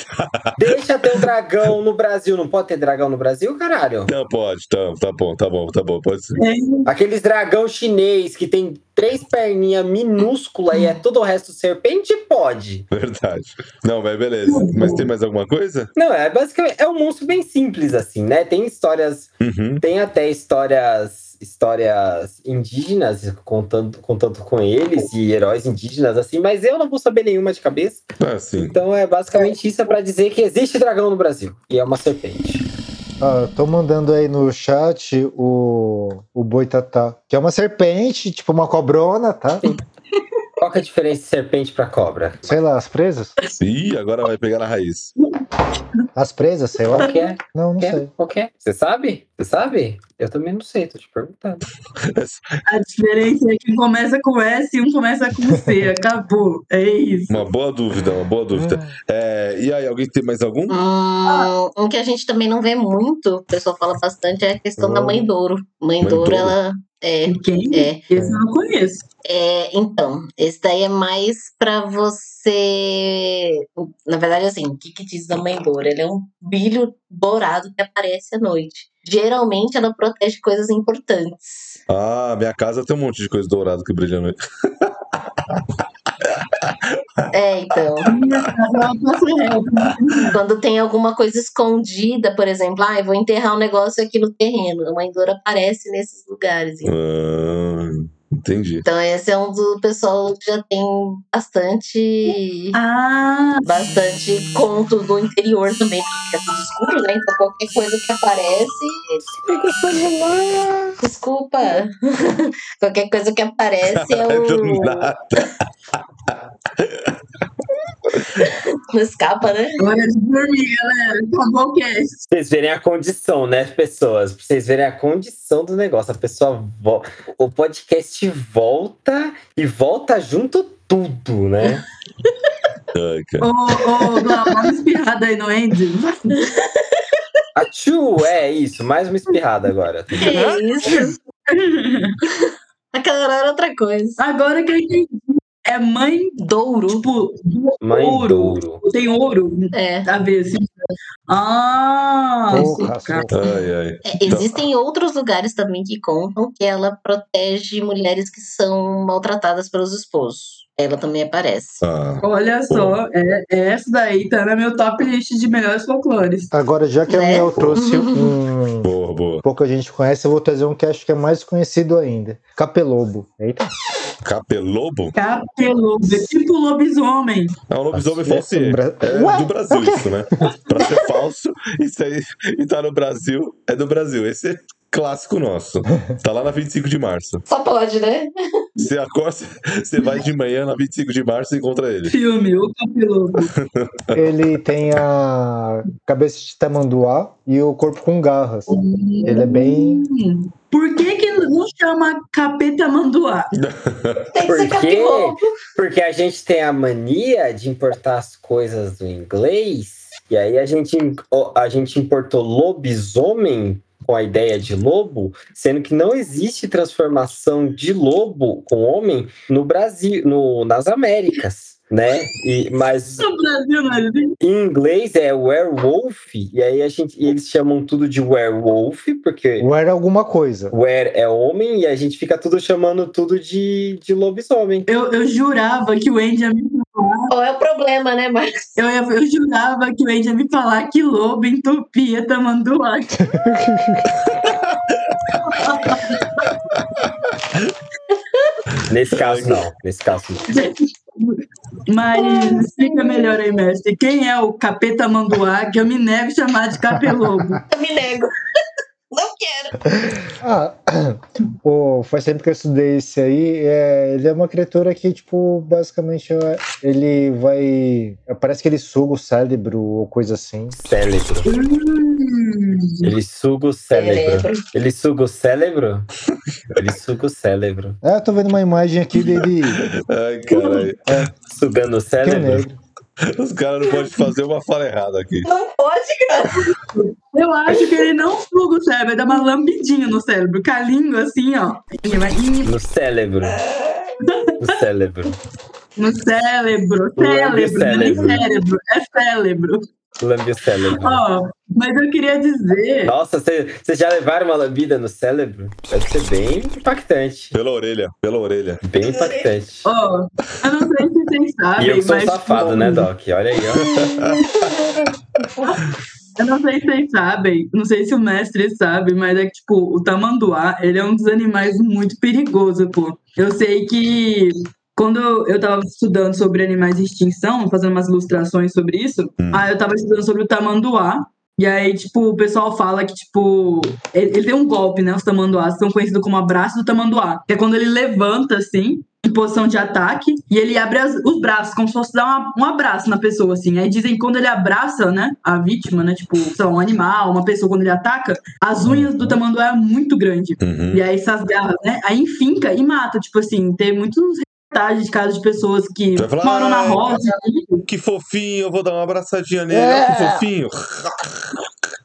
S3: Deixa ter um dragão no Brasil. Não pode ter dragão no Brasil, caralho?
S2: Não, pode. Tá, tá bom, tá bom, tá bom. Pode ser.
S6: É,
S3: Aqueles dragão chinês que tem três perninhas minúsculas e é todo o resto serpente, pode.
S2: Verdade. Não, mas beleza. Mas tem mais alguma coisa?
S3: Não, é basicamente é um monstro bem simples assim, né? Tem histórias
S2: Uhum.
S3: Tem até histórias histórias indígenas contando, contando com eles e heróis indígenas assim, mas eu não vou saber nenhuma de cabeça.
S2: Ah, sim.
S3: Então é basicamente isso é para dizer que existe dragão no Brasil e é uma serpente.
S5: Ah, tô mandando aí no chat o, o boitatá, que é uma serpente, tipo uma cobrona, tá?
S3: Qual que é a diferença de serpente pra cobra?
S5: Sei lá, as presas?
S2: Ih, agora vai pegar na raiz.
S5: As presas, sei lá.
S3: Qual que é?
S5: Não,
S3: Qual
S5: não
S3: que é?
S5: sei.
S3: Qual que é? Você sabe? Você sabe? Eu também não sei, tô te perguntando.
S6: A diferença é que um começa com S e um começa com C. Acabou. É isso.
S2: Uma boa dúvida, uma boa dúvida. É, e aí, alguém tem mais algum?
S4: Hum, um que a gente também não vê muito, o pessoal fala bastante, é a questão da mãe Douro. Mãe,
S2: Mãe
S4: Douro,
S2: Douro.
S4: ela. É,
S6: Quem?
S4: é,
S6: Esse eu não conheço.
S4: é, então, esse daí é mais pra você. Na verdade, assim, o que, que diz da mãe Douro? Ela é um bilho dourado que aparece à noite. Geralmente ela protege coisas importantes.
S2: Ah, minha casa tem um monte de coisa dourada que brilha à noite.
S4: É, então.
S6: Minha casa, ela tá passa reto.
S4: Quando tem alguma coisa escondida, por exemplo, ah, eu vou enterrar um negócio aqui no terreno. A mãe Doura aparece nesses lugares.
S2: Ah, entendi.
S4: Então, esse é um do pessoal que já tem bastante.
S6: Ah,
S4: Bastante conto do interior também, porque fica tudo escuro, né? Então qualquer coisa que aparece. Desculpa! qualquer coisa que aparece é
S2: Do
S3: Oh.
S4: o.
S2: nada.
S4: Não escapa, né?
S6: hora é de dormir, galera. Acabou o cast.
S3: Pra vocês verem a condição, né, pessoas? Pra vocês verem a condição do negócio. A pessoa vo... O podcast volta e volta junto tudo, né?
S2: Ai,
S6: Ô,
S2: cara.
S6: ô, Glau, dá uma espirrada aí no Andy.
S3: A tchu, é isso, mais uma espirrada agora.
S4: Que É isso? Aquela era outra coisa.
S6: Agora que eu entendi. É mãe,
S4: Douro.
S6: tipo, do
S3: Mãe
S6: ouro.
S3: Douro.
S6: Tem ouro
S4: É.
S6: a ver, assim. Ah,
S5: Porra,
S6: esse cara.
S2: Ai, ai.
S4: É, Existem outros lugares também que contam que ela protege mulheres que são maltratadas pelos esposos. Ela também aparece.
S2: Ah,
S6: Olha só, é, essa daí tá na meu top list de melhores folclores.
S5: Agora, já que a
S4: Né?
S5: Miel trouxe um.
S2: boa, boa.
S5: Pouca gente conhece, eu vou trazer um que acho que é mais conhecido ainda. Capelobo. Eita.
S2: Capelobo?
S6: Capelobo, é tipo lobisomem.
S2: É um lobisomem
S5: Nossa,
S2: falsier.
S5: Bra-
S2: É
S5: Ué,
S2: do Brasil isso, né? Pra ser falso isso aí, e tá no Brasil, é do Brasil. Esse é clássico nosso. Tá lá na 25 de março.
S4: Só pode, né?
S2: Você acorda, você vai de manhã na 25 de março e encontra ele.
S6: Filme, o capelobo.
S2: É.
S5: Ele tem a cabeça de tamanduá e o corpo com garras. Ele é bem.
S6: Hum. Por que que não chama capeta manduá?
S4: Tem que ser
S3: Por quê?
S4: capirrobo.
S3: Porque a gente tem a mania de importar as coisas do inglês, e aí a gente, a gente importou lobisomem com a ideia de lobo, sendo que não existe transformação de lobo com homem no Brasil, no, nas Américas, né? E, mas
S6: No Brasil, não é?
S3: em inglês é werewolf, e aí a gente, e eles chamam tudo de werewolf, porque
S5: Ou um era alguma coisa.
S3: were é homem, e a gente fica tudo chamando tudo de, de lobisomem.
S6: Eu, eu jurava que o Andy ia me falar.
S4: Qual é o problema, né, Marcos?
S6: Eu, ia- eu jurava que o Andy ia me falar que lobo entupia tamanduá.
S3: Nesse caso, não. Nesse caso, não.
S6: Mas explica melhor aí, mestre. Quem é o capeta manduá que eu me nego a chamar de capelobo?
S4: Eu me nego. Não quero.
S5: Ah, pô, faz tempo que eu estudei esse aí. É, ele é uma criatura que, tipo, basicamente é- ele vai. Parece que ele suga o cérebro ou coisa assim.
S3: Cérebro.
S6: Hum,
S3: Ele suga o cérebro.
S4: Cérebro.
S3: Ele suga o cérebro? Ele suga o cérebro.
S5: Ah, eu tô vendo uma imagem aqui dele.
S2: Ai, caralho.
S3: Sugando o
S5: Que é um
S3: cérebro?
S5: negro.
S2: Os caras não podem fazer uma fala errada aqui.
S4: Não pode, cara.
S6: eu acho que ele não suga o cérebro, dá uma lambidinha no cérebro, com a língua assim, ó. Ele vai, "Ih",
S3: No cérebro. No cérebro.
S6: No cérebro,
S3: Lambe o
S6: cérebro, não é
S3: cérebro.
S6: cérebro, é cérebro.
S3: Lambe o cérebro.
S6: Ó, mas eu queria dizer.
S3: Nossa, vocês já levaram uma lambida no cérebro? Deve ser bem impactante.
S2: Pela orelha, pela orelha.
S3: Bem impactante.
S6: Ó, eu não sei se vocês
S3: E
S6: sabem,
S3: eu que sou um
S6: mas.
S3: safado, né, Doc? Olha aí, ó.
S6: Eu não sei se vocês sabem, não sei se o mestre sabe, mas é que, tipo, o tamanduá, ele é um dos animais muito perigoso, pô. Eu sei que quando eu tava estudando sobre animais de extinção, fazendo umas ilustrações sobre isso,
S2: Hum.
S6: ah, eu tava estudando sobre o tamanduá, E aí, tipo, o pessoal fala que, tipo, ele, ele tem um golpe, né? Os tamanduás são conhecidos como abraço do tamanduá. Que é quando ele levanta, assim, em posição de ataque, e ele abre as- os braços, como se fosse dar uma- um abraço na pessoa, assim. Aí dizem que quando ele abraça, né, a vítima, né? Tipo, sei lá, um animal, uma pessoa, quando ele ataca, as unhas do tamanduá é muito grande.
S2: Uhum.
S6: E aí essas garras, né? Aí enfinca e mata. Tipo assim, tem muitos reportagens de casos de pessoas que
S2: Vai falar, "Ah,
S6: moram na
S2: "Ai,
S6: roça. é e,
S2: Que fofinho, eu vou dar uma abraçadinha nele.
S5: É.
S2: Olha que fofinho.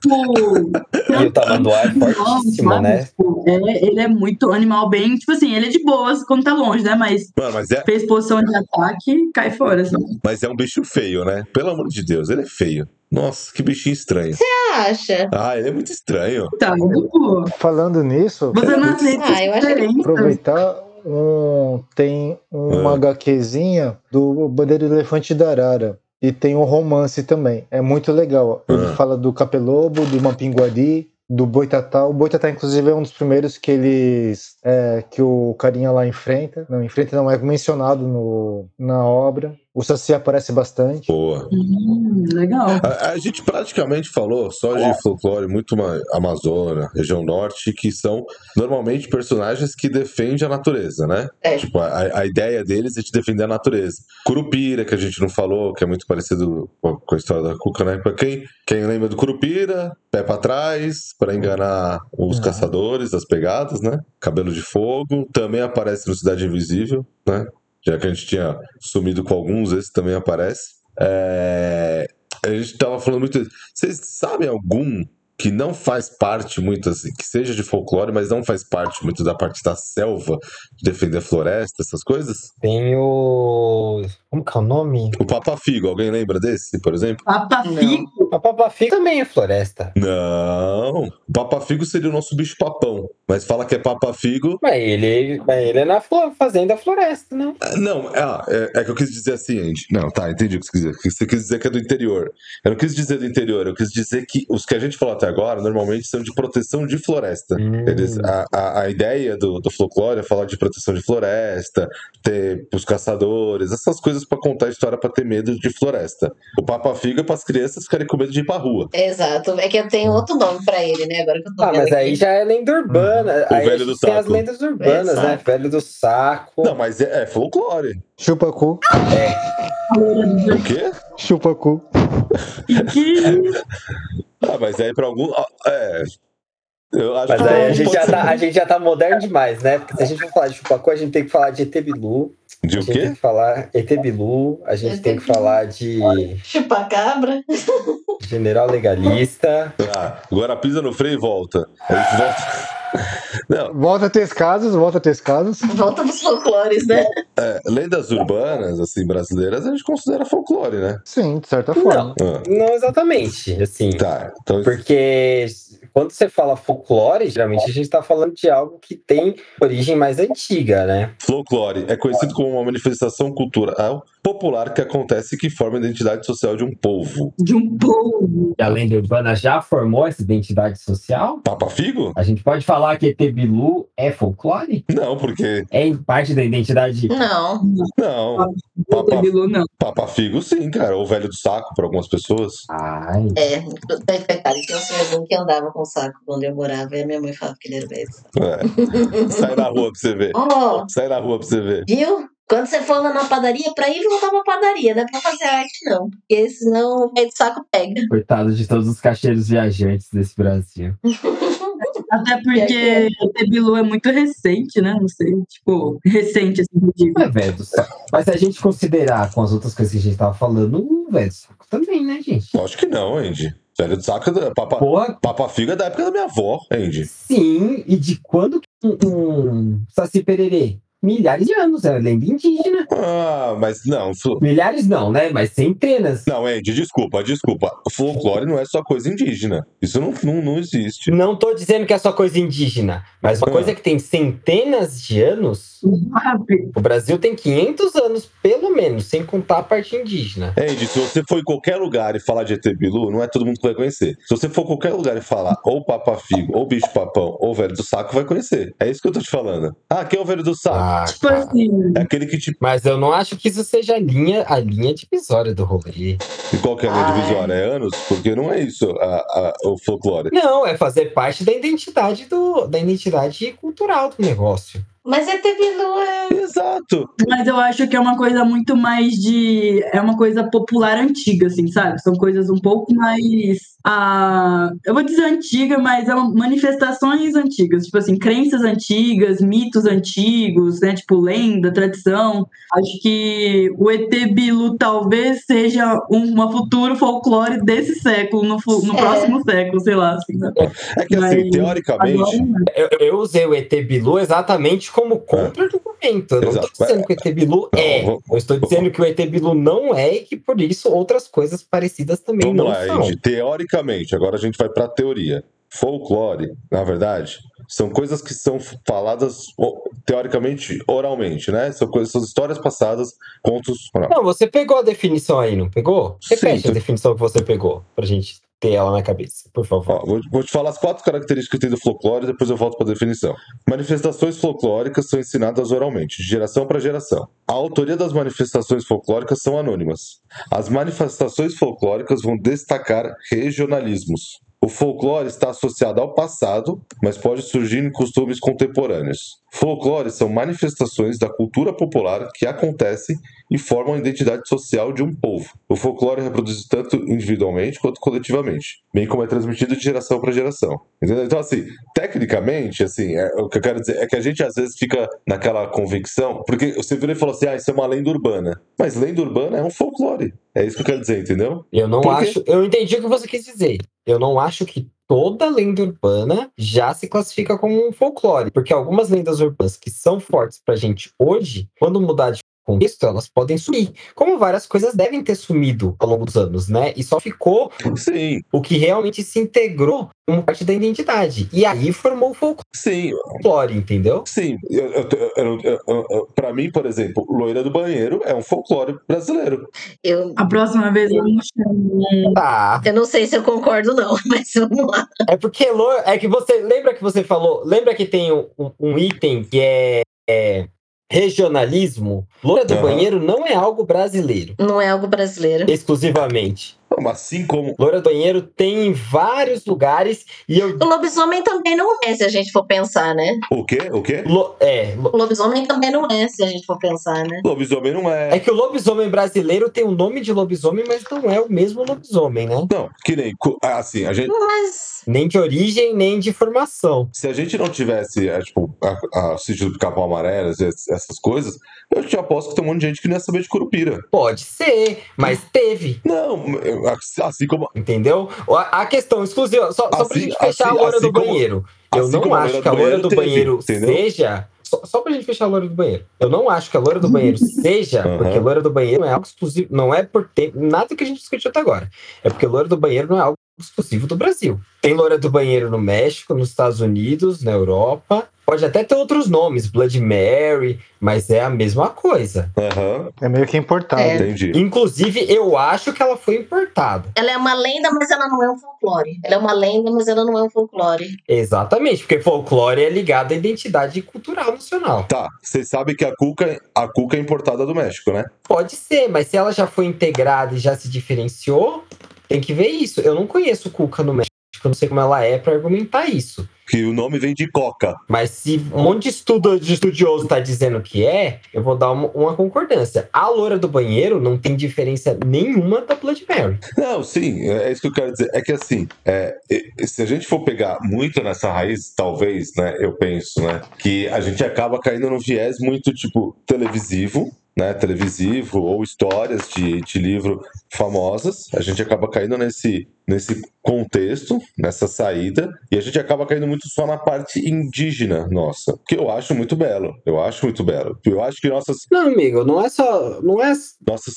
S6: Tipo,
S3: E o tamanduá é fortíssimo,
S6: sabe?
S3: né?
S6: Tipo, é- ele é muito animal bem, tipo assim, ele é de boas quando tá longe, né? Mas
S2: Mano, mas é,
S6: fez posição de ataque, cai fora, assim.
S2: mas é um bicho feio, né? Pelo amor de Deus, ele é feio. Nossa, que bichinho estranho.
S4: acha?
S2: Ah, ele é muito estranho.
S6: Tá, pô.
S5: Falando nisso,
S6: Você não aceita
S4: Ah, eu acho que-
S6: diferença.
S5: Então, aproveitar um, tem uma
S2: Ah.
S5: HQzinha do Bandeira do Elefante da Arara. E tem um romance também. É muito legal. Ele
S2: Ah.
S5: fala do Capelobo, do Mapinguari, do Boitatá. O Boitatá, inclusive, é um dos primeiros que eles. é, que o carinha lá enfrenta. Não, enfrenta não é mencionado no, na obra. O Saci aparece bastante.
S2: Boa.
S6: Hum, legal.
S2: A, a gente praticamente falou só de folclore muito ma- Amazônia, região norte, que são normalmente personagens que defendem a natureza, né?
S4: É.
S2: Tipo, a, a ideia deles é de defender a natureza. Curupira, que a gente não falou, que é muito parecido com a- com a história da Cuca, né? Pra quem, quem lembra do Curupira, pé pra trás, pra enganar os
S5: Uhum.
S2: caçadores das pegadas, né? Cabelo de fogo, também aparece no Cidade Invisível, né? Já que a gente tinha sumido com alguns, esse também aparece. É, a gente tava falando muito. Vocês sabem algum que não faz parte muito, assim, que seja de folclore, mas não faz parte muito da parte da selva, de defender a floresta, essas coisas?
S3: Tem o. Como que é o nome?
S2: O Papa Figo, alguém lembra desse, por exemplo?
S6: Papa
S4: Não.
S6: Fico,
S3: A Papafi também é floresta.
S2: Não. O Papa Figo seria o nosso bicho papão. Mas fala que é Papa Figo.
S3: Mas ele, mas ele é na flo- fazenda floresta, né?
S2: Ah, Não, ah, é, é que eu quis dizer assim, gente. Não, tá, entendi o que você quis dizer. Você quis dizer que é do interior. Eu não quis dizer do interior, eu quis dizer que os que a gente falou até agora normalmente são de proteção de floresta. Eles,
S3: Hum.
S2: a, a, a ideia do, do folclore é falar de proteção de floresta, ter os caçadores, essas coisas pra contar a história pra ter medo de floresta. O Papa Figa é para as crianças ficarem com medo de ir pra rua.
S4: Exato. É que eu tenho outro nome pra ele, né? Agora que eu tô
S3: Ah,
S4: vendo
S3: mas
S4: aqui.
S3: aí já é lenda urbana.
S2: O
S3: Aí a
S2: velho
S3: gente
S2: do
S3: tem as
S2: saco.
S3: lendas urbanas, né?
S4: Exato.
S3: Velho do saco.
S2: Não, mas é, é folclore.
S5: Chupa cu,
S6: a loira do
S2: O quê?
S5: chupa cu.
S6: Fico, que isso?
S2: Ah, mas aí pra algum. ah, É. Eu acho
S3: Mas
S2: que pra
S3: aí a
S2: alguns
S3: gente,
S2: pode
S3: já
S2: ser.
S3: tá, a gente já tá moderno demais, né? Porque se a gente for falar de Chupacu, a gente tem que falar de Etebilu.
S2: De
S3: A
S2: o
S3: gente tem
S2: quê?
S3: que falar Etebilu. A gente tem que falar de
S4: Chupacabra.
S3: General Legalista.
S2: Ah, agora pisa no freio e volta. A gente volta. Não,
S5: Volta a ter esses casos, volta a ter esses casos.
S4: Volta pros folclores, né?
S2: é, lendas urbanas, assim, brasileiras, a gente considera folclore, né?
S5: Sim, de certa
S3: Não,
S5: forma.
S2: Ah,
S3: não exatamente. Assim,
S2: tá, então
S3: Porque quando você fala folclore, geralmente a gente está falando de algo que tem origem mais antiga, né?
S2: Folclore é conhecido como uma manifestação cultural popular que acontece e que forma a identidade social de um povo.
S6: De um povo.
S3: E a lenda urbana já formou essa identidade social?
S2: Papa Figo?
S3: A gente pode falar que Etebilu é folclore?
S2: Não, porque.
S3: É em parte da identidade.
S4: Não.
S2: Não.
S6: Não tem vilão, não.
S2: Papa Figo, sim, cara. Ou velho do saco para algumas pessoas.
S3: Ai,
S4: É, tá pecado. Tinha um senhorzinho que andava com saco quando eu morava e a minha mãe falava que ele era besta.
S2: É. Sai na rua pra você ver.
S4: Ó,
S2: Sai na rua pra você ver.
S4: viu? Quando você for lá na padaria, pra ir e voltar pra padaria, não é pra fazer arte, não. Porque senão o pé de saco pega.
S3: coitado de todos os cacheiros viajantes desse Brasil.
S6: Até
S4: É
S6: porque o Tebilu é muito recente, né? Não sei, tipo, recente, assim, eu digo.
S3: Não é velho do saco. Mas se a gente considerar com as outras coisas que a gente tava falando, o velho do saco também, né, gente?
S2: Acho que não, Andy. Velho do saco é da- Papa,
S3: Porra,
S2: Papa Figo é da época da minha avó, Andy.
S3: Sim, e de quando que um, um Saci Pererê? Milhares de anos, é lenda indígena.
S2: Ah, mas não. fo-
S3: Milhares não, né? Mas centenas.
S2: Não, Andy, desculpa, desculpa. Folclore não é só coisa indígena. Isso não, não, não existe.
S3: Não tô dizendo que é só coisa indígena, mas uma
S2: Ah.
S3: coisa que tem centenas de anos,
S4: Ah,
S6: Sabe?
S3: o Brasil tem 500 anos, pelo menos, sem contar a parte indígena.
S2: Andy, É, se você for em qualquer lugar e falar de ET Bilu, não é todo mundo que vai conhecer. Se você for em qualquer lugar e falar ou Papa Figo, ou Bicho Papão, ou Velho do Saco, vai conhecer. É isso que eu tô te falando. Ah, quem é o Velho do Saco?
S3: Ah,
S6: Tipo
S4: tá.
S3: cara.
S6: assim,
S2: É aquele que te.
S3: Mas eu não acho que isso seja a linha, a linha divisória do rolê.
S2: E qual que é a linha
S4: Ah, é.
S2: divisória? É anos? Porque não é isso a- a- o folclore.
S3: Não, é fazer parte da identidade do, da identidade cultural do negócio.
S4: Mas é TV Lua.
S2: Exato.
S6: mas eu acho que é uma coisa muito mais de. É uma coisa popular antiga, assim, sabe? São coisas um pouco mais. ah, eu vou dizer antiga, mas é uma- manifestações antigas. Tipo assim, crenças antigas, mitos antigos, né? Tipo, lenda, tradição. Acho que o ET Bilu talvez seja um uma futuro folclore desse século, no, fu- no
S4: É.
S6: próximo século, sei lá, assim, sabe?
S2: É que assim,
S6: Mas
S2: teoricamente.
S6: Agora,
S3: Eu, eu usei o ET Bilu exatamente como contra-argumento. Eu não estou
S2: Exato.
S3: dizendo que o ET Bilu
S2: Não,
S3: é.
S2: vamos-
S3: Eu estou dizendo que o ET Bilu não é e que por isso outras coisas parecidas também
S2: Vamos
S3: não
S2: lá,
S3: são.
S2: Andy. Teoricamente, agora a gente vai para a teoria. Folclore, na verdade, são coisas que são faladas o- teoricamente, oralmente, né? São coisas, são histórias passadas, contos. oral.
S3: Não, você pegou a definição aí, não pegou?
S2: Sim,
S3: Repete
S2: tô-
S3: a definição que você pegou, pra gente ter ela na cabeça, por favor.
S2: Ó, vou, vou te falar as quatro características que tem do folclore, depois eu volto para a definição. Manifestações folclóricas são ensinadas oralmente, de geração para geração. A autoria das manifestações folclóricas são anônimas. As manifestações folclóricas vão destacar regionalismos. O folclore está associado ao passado, mas pode surgir em costumes contemporâneos. Folclores são manifestações da cultura popular que acontecem e formam a identidade social de um povo. O folclore é reproduzido tanto individualmente quanto coletivamente, bem como é transmitido de geração para geração. Entendeu? Então, assim, tecnicamente, assim, é- o que eu quero dizer é que a gente às vezes fica naquela convicção, porque você virou e falou assim, ah, isso é uma lenda urbana. Mas lenda urbana é um folclore. É isso que eu quero dizer, entendeu?
S3: Eu não
S2: Por quê?
S3: acho. Eu entendi o que você quis dizer. Eu não acho que toda lenda urbana já se classifica como um folclore. Porque algumas lendas urbanas que são fortes pra gente hoje, quando mudar de contexto, elas podem sumir. Como várias coisas devem ter sumido ao longo dos anos, né? E só ficou
S2: Sim,
S3: o que realmente se integrou como parte da identidade. E aí formou o
S2: sim,
S3: folclore, entendeu?
S2: sim. Eu, eu, eu- eu- eu- eu- eu- pra mim, por exemplo, Loira do Banheiro é um folclore brasileiro.
S4: Eu,
S6: a próxima vez eu não chamo.
S3: Tá,
S4: eu não sei se eu concordo, não, mas vamos lá.
S3: É porque lo- é que você lembra que você falou, lembra que tem um, um- um item que é, é regionalismo? Loura do
S2: Aham.
S3: banheiro não é algo brasileiro,
S4: Não é algo brasileiro.
S3: exclusivamente.
S2: Não, mas Assim como
S3: Loura do banheiro tem em vários lugares e eu
S4: O lobisomem também não é, se a gente for pensar, né?
S2: o quê? O quê?
S3: lo- é, lo-
S4: O lobisomem também não é, se a gente for pensar, né?
S2: Lobisomem não é.
S3: é que o lobisomem brasileiro tem o nome de lobisomem, mas não é o mesmo lobisomem, né?
S2: Não, que nem. co- ah, Assim, a gente,
S4: Mas.
S3: Nem de origem, nem de formação.
S2: se a gente não tivesse, é, tipo, a, a, o sítio do Capão Amarelo, essas, essas coisas, eu te aposto que tem um monte de gente que não ia saber de curupira.
S3: Pode ser, mas teve,
S2: Não, eu- assim como.
S3: entendeu? A, a questão exclusiva, só, só pra
S2: Assim-
S3: gente fechar
S2: assim-
S3: a loira
S2: assim
S3: do
S2: como-
S3: banheiro. Eu
S2: assim
S3: não
S2: como
S3: acho que a loira do
S2: teve,
S3: banheiro
S2: entendeu?
S3: seja. Só, só pra gente fechar a loira do banheiro. Eu não acho que a loira do banheiro seja,
S2: Aham.
S3: porque a loira do banheiro não é algo exclusivo. Não é por ter nada que a gente discutiu até agora. É porque a loira do banheiro não é algo exclusivo do Brasil. Tem loira do banheiro no México, nos Estados Unidos, na Europa. Pode até ter outros nomes, Blood Mary, mas é a mesma coisa.
S2: Aham,
S5: É meio que importado.
S4: É.
S2: entendi.
S3: Inclusive, eu acho que ela foi importada.
S4: Ela é uma lenda, mas ela não é um folclore. Ela é uma lenda, mas ela não é um folclore.
S3: Exatamente, porque folclore é ligado à identidade cultural nacional.
S2: Tá, vocês sabem que a cuca, a cuca é importada do México, né?
S3: Pode ser, mas se ela já foi integrada e já se diferenciou, tem que ver isso. Eu não conheço Cuca no México, eu não sei como ela é pra argumentar isso.
S2: Que o nome vem de coca.
S3: Mas se um monte de, estudo, de estudioso tá dizendo que é, eu vou dar uma, uma concordância. A loira do banheiro não tem diferença nenhuma da Blood Mary.
S2: Não, sim, é isso que eu quero dizer. É que assim, é, e- se a gente for pegar muito nessa raiz, talvez, né, eu penso, né, que a gente acaba caindo num viés muito, tipo, televisivo, né, televisivo ou histórias de, de livro famosas. A gente acaba caindo nesse, nesse contexto, nessa saída, e a gente acaba caindo muito só na parte indígena nossa, que eu acho muito belo. Eu acho muito belo. Eu acho que nossas
S3: Não, amigo, não é só. Não é.
S2: nossas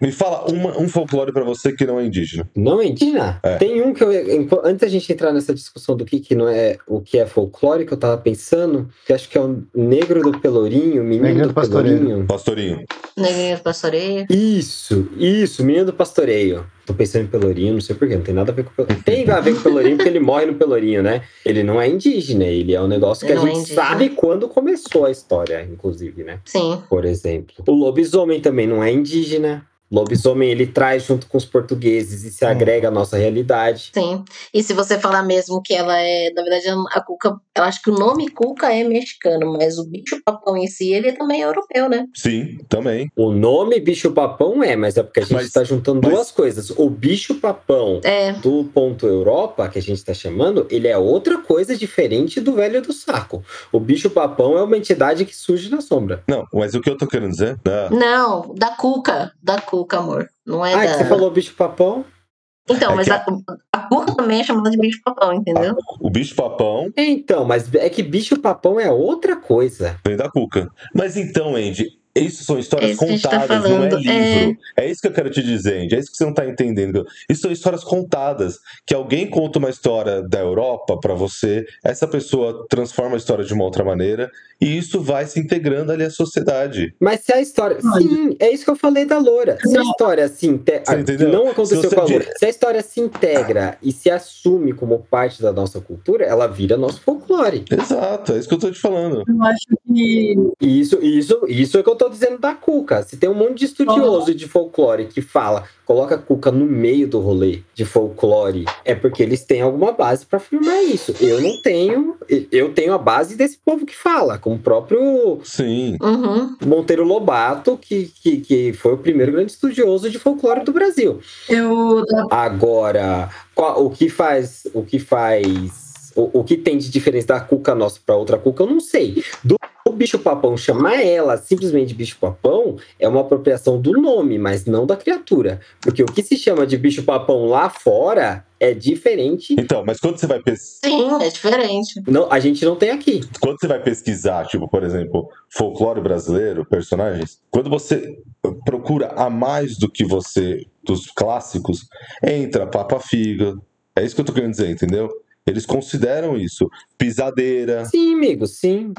S2: me fala uma- um folclore pra você que não é indígena.
S3: Não é indígena?
S2: É.
S3: Tem um que eu. enqu- Antes da gente entrar nessa discussão do que, que não é o que é folclore, que eu tava pensando, que acho que é o Negro do Pelourinho, Menino
S5: Negro
S3: do,
S5: do Pastorinho.
S3: Pelourinho.
S2: Pastorinho.
S4: Negrinho do Pastoreio.
S3: Isso, isso, menino do pastoreio. Tô pensando em Pelourinho, não sei porquê, não tem nada a ver com Pelourinho. Tem a ver com Pelourinho porque ele morre no Pelourinho, né? Ele não é indígena, ele é um negócio que
S4: Não
S3: a
S4: é
S3: gente
S4: indígena.
S3: sabe quando começou a história, inclusive, né?
S4: Sim.
S3: Por exemplo. O lobisomem também não é indígena. Lobisomem ele traz junto com os portugueses e se agrega à nossa realidade.
S4: Sim. E se você falar mesmo que ela é, na verdade, a Cuca, eu acho que o nome Cuca é mexicano, mas o bicho papão em si, ele também é europeu, né?
S2: Sim, também.
S3: O nome bicho-papão é, mas é porque a gente
S2: Mas-
S3: está juntando
S2: mas-
S3: duas coisas. O bicho-papão
S4: É,
S3: do ponto Europa, que a gente está chamando, ele é outra coisa diferente do velho do saco. O bicho-papão é uma entidade que surge na sombra.
S2: Não, mas o que eu tô querendo dizer? né? Da...
S4: Não, da Cuca. Da Cuca, amor. Não é
S3: Tá. Ah, é
S4: da.
S3: que você falou bicho-papão?
S4: Então,
S2: É
S4: mas
S2: que
S4: a, a Cuca também é chamada de bicho-papão, entendeu?
S2: O bicho papão
S3: É, Então, mas é que bicho-papão é outra coisa.
S2: vem da cuca. Mas então, Andy, isso são histórias
S4: É isso que a gente tá
S2: contadas, não é
S4: falando, é.
S2: livro. É... isso que eu quero te dizer, Andy. É isso que você não tá entendendo. Isso são histórias contadas. Que alguém conta uma história da Europa pra você, essa pessoa transforma a história de uma outra maneira, e isso vai se integrando ali à sociedade.
S3: Mas se a história.
S6: Olha.
S3: Sim, é isso que eu falei da loura. Se a
S6: Não.
S3: história se integra.
S2: Você entendeu?
S3: Não aconteceu
S2: Se você
S3: com a
S2: di-
S3: loura. Se a história se integra e se assume como parte da nossa cultura, ela vira nosso folclore.
S2: Exato, é isso que eu tô te falando.
S6: Eu acho que
S3: E isso, e isso, e isso é que eu tô dizendo da Cuca. Se tem um monte de estudioso de folclore que fala, coloca a Cuca no meio do rolê de folclore, é porque eles têm alguma base pra afirmar isso. Eu não tenho, eu tenho a base desse povo que fala, com o próprio
S2: Sim.
S4: Uhum.
S3: Monteiro Lobato, que, que, que foi o primeiro grande estudioso de folclore do Brasil.
S6: eu
S3: Agora, qual- o que faz. O que faz. O, o que tem de diferença da cuca nossa para outra cuca, eu não sei. Do o bicho-papão chamar ela simplesmente bicho-papão é uma apropriação do nome, mas não da criatura. Porque o que se chama de bicho-papão lá fora é diferente.
S2: Então, mas quando você vai pes-
S4: Sim, é diferente.
S3: Não, a gente não tem aqui.
S2: quando você vai pesquisar, tipo, por exemplo, folclore brasileiro, personagens, quando você procura a mais do que você dos clássicos, entra Papa Figa. É isso que eu tô querendo dizer, entendeu? Eles consideram isso. Pisadeira.
S3: Sim, amigo, sim.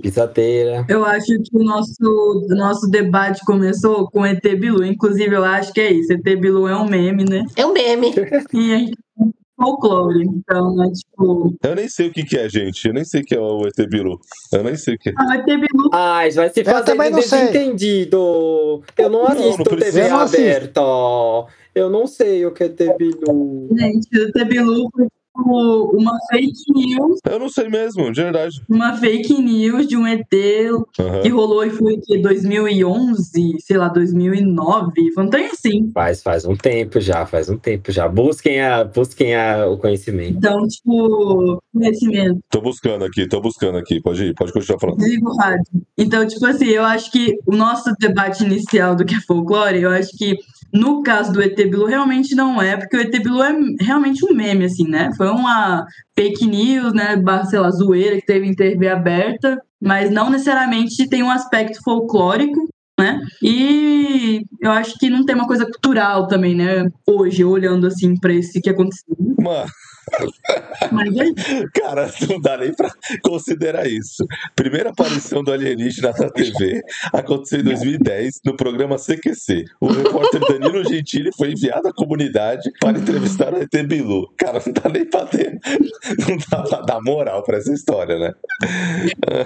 S3: Pisadeira.
S6: Eu acho que o nosso, o nosso debate começou com ET Bilu. Inclusive, eu acho que é isso. ET Bilu é um meme, né?
S4: É um meme.
S6: E a gente tem folclore. Então, é tipo.
S2: Eu nem sei o que, que é, gente. Eu nem sei o que é o ET Bilu. Eu nem sei o que é.
S6: Ah, o ET Bilu
S3: Ai, vai se fazer
S5: também
S3: de
S5: não sei.
S3: desentendido.
S2: Não,
S3: Eu não
S2: não
S3: assisto
S2: precisa.
S3: TV
S5: Eu não assisto.
S3: aberta. Eu não sei o que é TV Lu.
S6: Gente, o Tebilu foi tipo uma fake news,
S2: Eu não sei mesmo, de verdade.
S6: uma fake news de um ET que
S2: Aham.
S6: rolou e foi que 2011, sei lá, 2009, foi um trem assim.
S3: Faz, faz um tempo já, faz um tempo já. Busquem, a, busquem a, o conhecimento.
S6: Então, tipo, conhecimento,
S2: Tô buscando aqui, tô buscando aqui. Pode ir, pode continuar falando.
S6: desliga o rádio. Então, tipo assim, eu acho que o nosso debate inicial do que é folclore, eu acho que no caso do ET Bilu realmente não é, porque o ET Bilu é realmente um meme, assim, né? Foi uma fake news, né? barra, Sei lá, zoeira que teve em TV aberta, mas não necessariamente tem um aspecto folclórico, né? E eu acho que não tem uma coisa cultural também, né? Hoje, olhando assim pra esse que aconteceu.
S2: Mano,
S6: Mas é
S2: Cara, não dá nem pra considerar isso. Primeira aparição do alienígena na TV aconteceu em 2010 no programa CQC. O repórter Danilo Gentili foi enviado à comunidade para entrevistar o ET Bilu. Cara, não dá nem pra ter. Não dá pra dar moral pra essa história, né?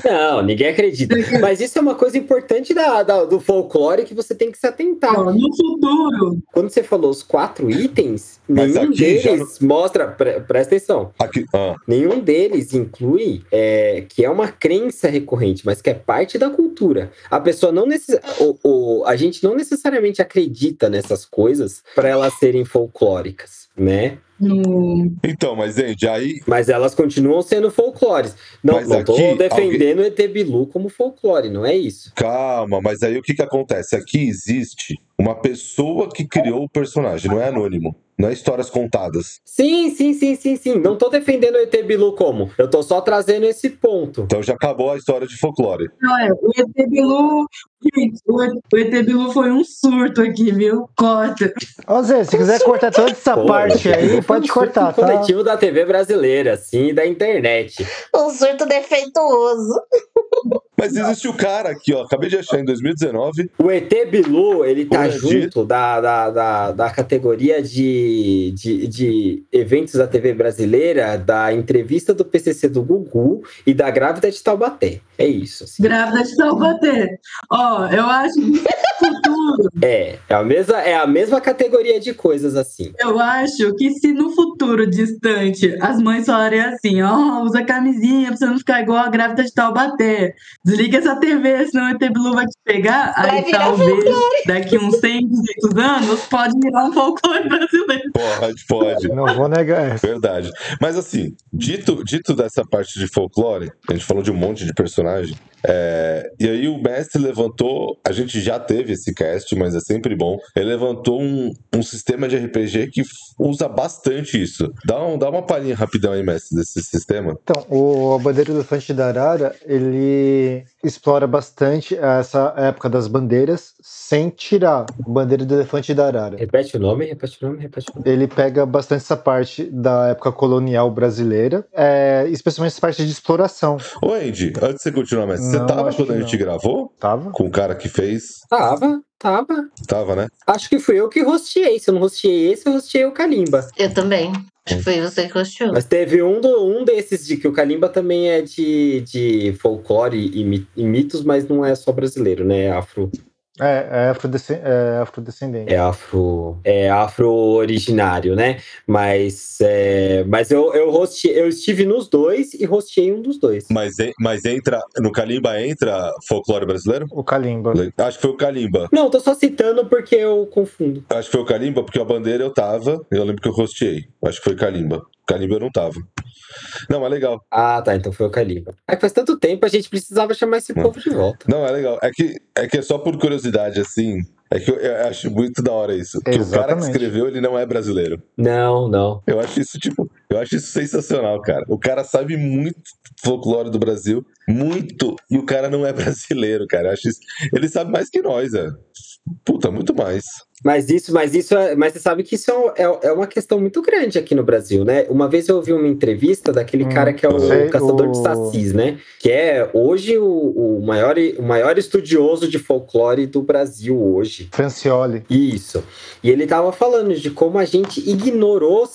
S3: Não, ninguém acredita. Mas isso é uma coisa importante da, da- do folclore que você tem que se atentar.
S6: ó, no futuro,
S3: Quando você falou os quatro itens,
S2: Mas
S3: nenhum
S2: aqui já
S3: deles mostra. pre- presta atenção.
S2: Aqui, ah,
S3: Nenhum deles inclui é, que é uma crença recorrente, mas que é parte da cultura. A pessoa não necess... o, o- a gente não necessariamente acredita nessas coisas para elas serem folclóricas, né?
S6: no
S2: Então, mas, gente, aí.
S3: Mas elas continuam sendo folclores. Não,
S2: Mas
S3: não tô
S2: aqui,
S3: defendendo o ET Bilu como folclore, não é isso.
S2: Calma, mas aí o que que acontece? Aqui existe uma pessoa que criou o personagem, não é anônimo. Não é histórias contadas.
S3: Sim, sim, sim, sim, sim. Não tô defendendo o ET Bilu como. Eu tô só trazendo esse ponto.
S2: Então já acabou a história de folclore.
S6: Não, é, o ET Bilu, gente, o E- o ET Bilu foi um surto aqui, viu? Corta.
S5: Ô Zé, se quiser cortar toda essa
S3: Pô,
S5: parte
S3: o ET Bilu
S5: aí,
S3: foi um
S5: pode
S3: surto
S5: cortar, tá?
S3: coletivo da TV brasileira, assim, e da internet.
S4: Um surto defeituoso.
S2: Mas existe o cara aqui, ó. Acabei de achar em 2019.
S3: O ET Bilu, ele tá
S2: Hoje-
S3: junto da, da, da, da categoria de, de, de eventos da TV brasileira, da entrevista do PCC do Gugu e da grávida de Taubaté. É isso. assim.
S6: Grávida de Taubaté. Ó, eu acho que no futuro,
S3: É, é a, mesma, é a mesma categoria de coisas assim.
S6: eu acho que se no futuro distante as mães falarem assim, ó, usa camisinha pra você não ficar igual a grávida de Taubaté. Desliga essa TV, senão o ET Bilu vai te pegar.
S4: Vai
S6: Aí
S4: virar
S6: talvez daqui uns 100, 200 anos pode virar um folclore brasileiro.
S2: Pode, pode.
S5: Não vou negar é, essa.
S2: Verdade. Mas assim, dito, dito dessa parte de folclore, a gente falou de um monte de personagem. é, e aí o mestre levantou. A gente já teve esse cast, mas é sempre bom. Ele levantou um, um sistema de RPG que f- usa bastante isso. Dá, um, dá uma palhinha rapidão aí, mestre, desse sistema.
S5: Então, o a Bandeira do Elefante da Arara, ele explora bastante essa época das bandeiras sem tirar a Bandeira do Elefante da Arara.
S3: Repete o nome, repete o nome, repete o nome.
S5: Ele pega bastante essa parte da época colonial brasileira, é, especialmente essa parte de exploração,
S2: Ô, Andy, antes de você continuar, mestre, você
S5: Não,
S2: tava
S5: acho que
S2: quando a gente
S5: não.
S2: gravou?
S5: tava?
S2: Com o cara que fez?
S3: Tava, tava.
S2: Tava, né?
S3: Acho que fui eu que rosteei. Se eu não rosteei esse, eu rosteei o Kalimba.
S4: Eu também. Acho que foi você que gostou.
S3: Mas teve um, do- um desses de que o Kalimba também é de, de folclore e, mi- e mitos, mas não é só brasileiro, né? É afro.
S5: É, é, afrodescen- é afrodescendente.
S3: É afro. É afro-originário, né? Mas, é, mas eu, eu, roste, eu estive nos dois e rosteei um dos dois.
S2: Mas, en- mas entra. No Kalimba entra folclore brasileiro?
S5: O Kalimba.
S2: Le- Acho que foi o Kalimba.
S3: Não, tô só citando porque eu confundo.
S2: Acho que foi o Kalimba, porque a bandeira eu tava. Eu lembro que eu rosteei. Acho que foi Kalimba. Kalimba eu não tava. Não, é legal.
S3: Ah, tá. Então foi o Kalimba. É que faz tanto tempo a gente precisava chamar esse
S2: Não.
S3: povo de volta.
S2: Não, é legal. É que é, que é só por curiosidade, assim. É que eu, eu acho muito da hora isso. Que o cara que
S5: Exatamente.
S2: escreveu, ele não é brasileiro.
S3: Não, não.
S2: Eu acho isso, tipo, eu acho isso sensacional, cara. O cara sabe muito folclore do Brasil, muito, e o cara não é brasileiro, cara. Eu acho isso. Ele sabe mais que nós, é. Puta, muito mais.
S3: Mas isso, mas isso, é- mas você sabe que isso é, é- é uma questão muito grande aqui no Brasil, né? Uma vez eu ouvi uma entrevista daquele
S5: Hum,
S3: cara que é o
S5: sei,
S3: caçador
S5: o-
S3: de sacis, né? Que é hoje o, o maior, o maior estudioso de folclore do Brasil hoje.
S5: Francioli.
S3: Isso. E ele estava falando de como a gente ignorou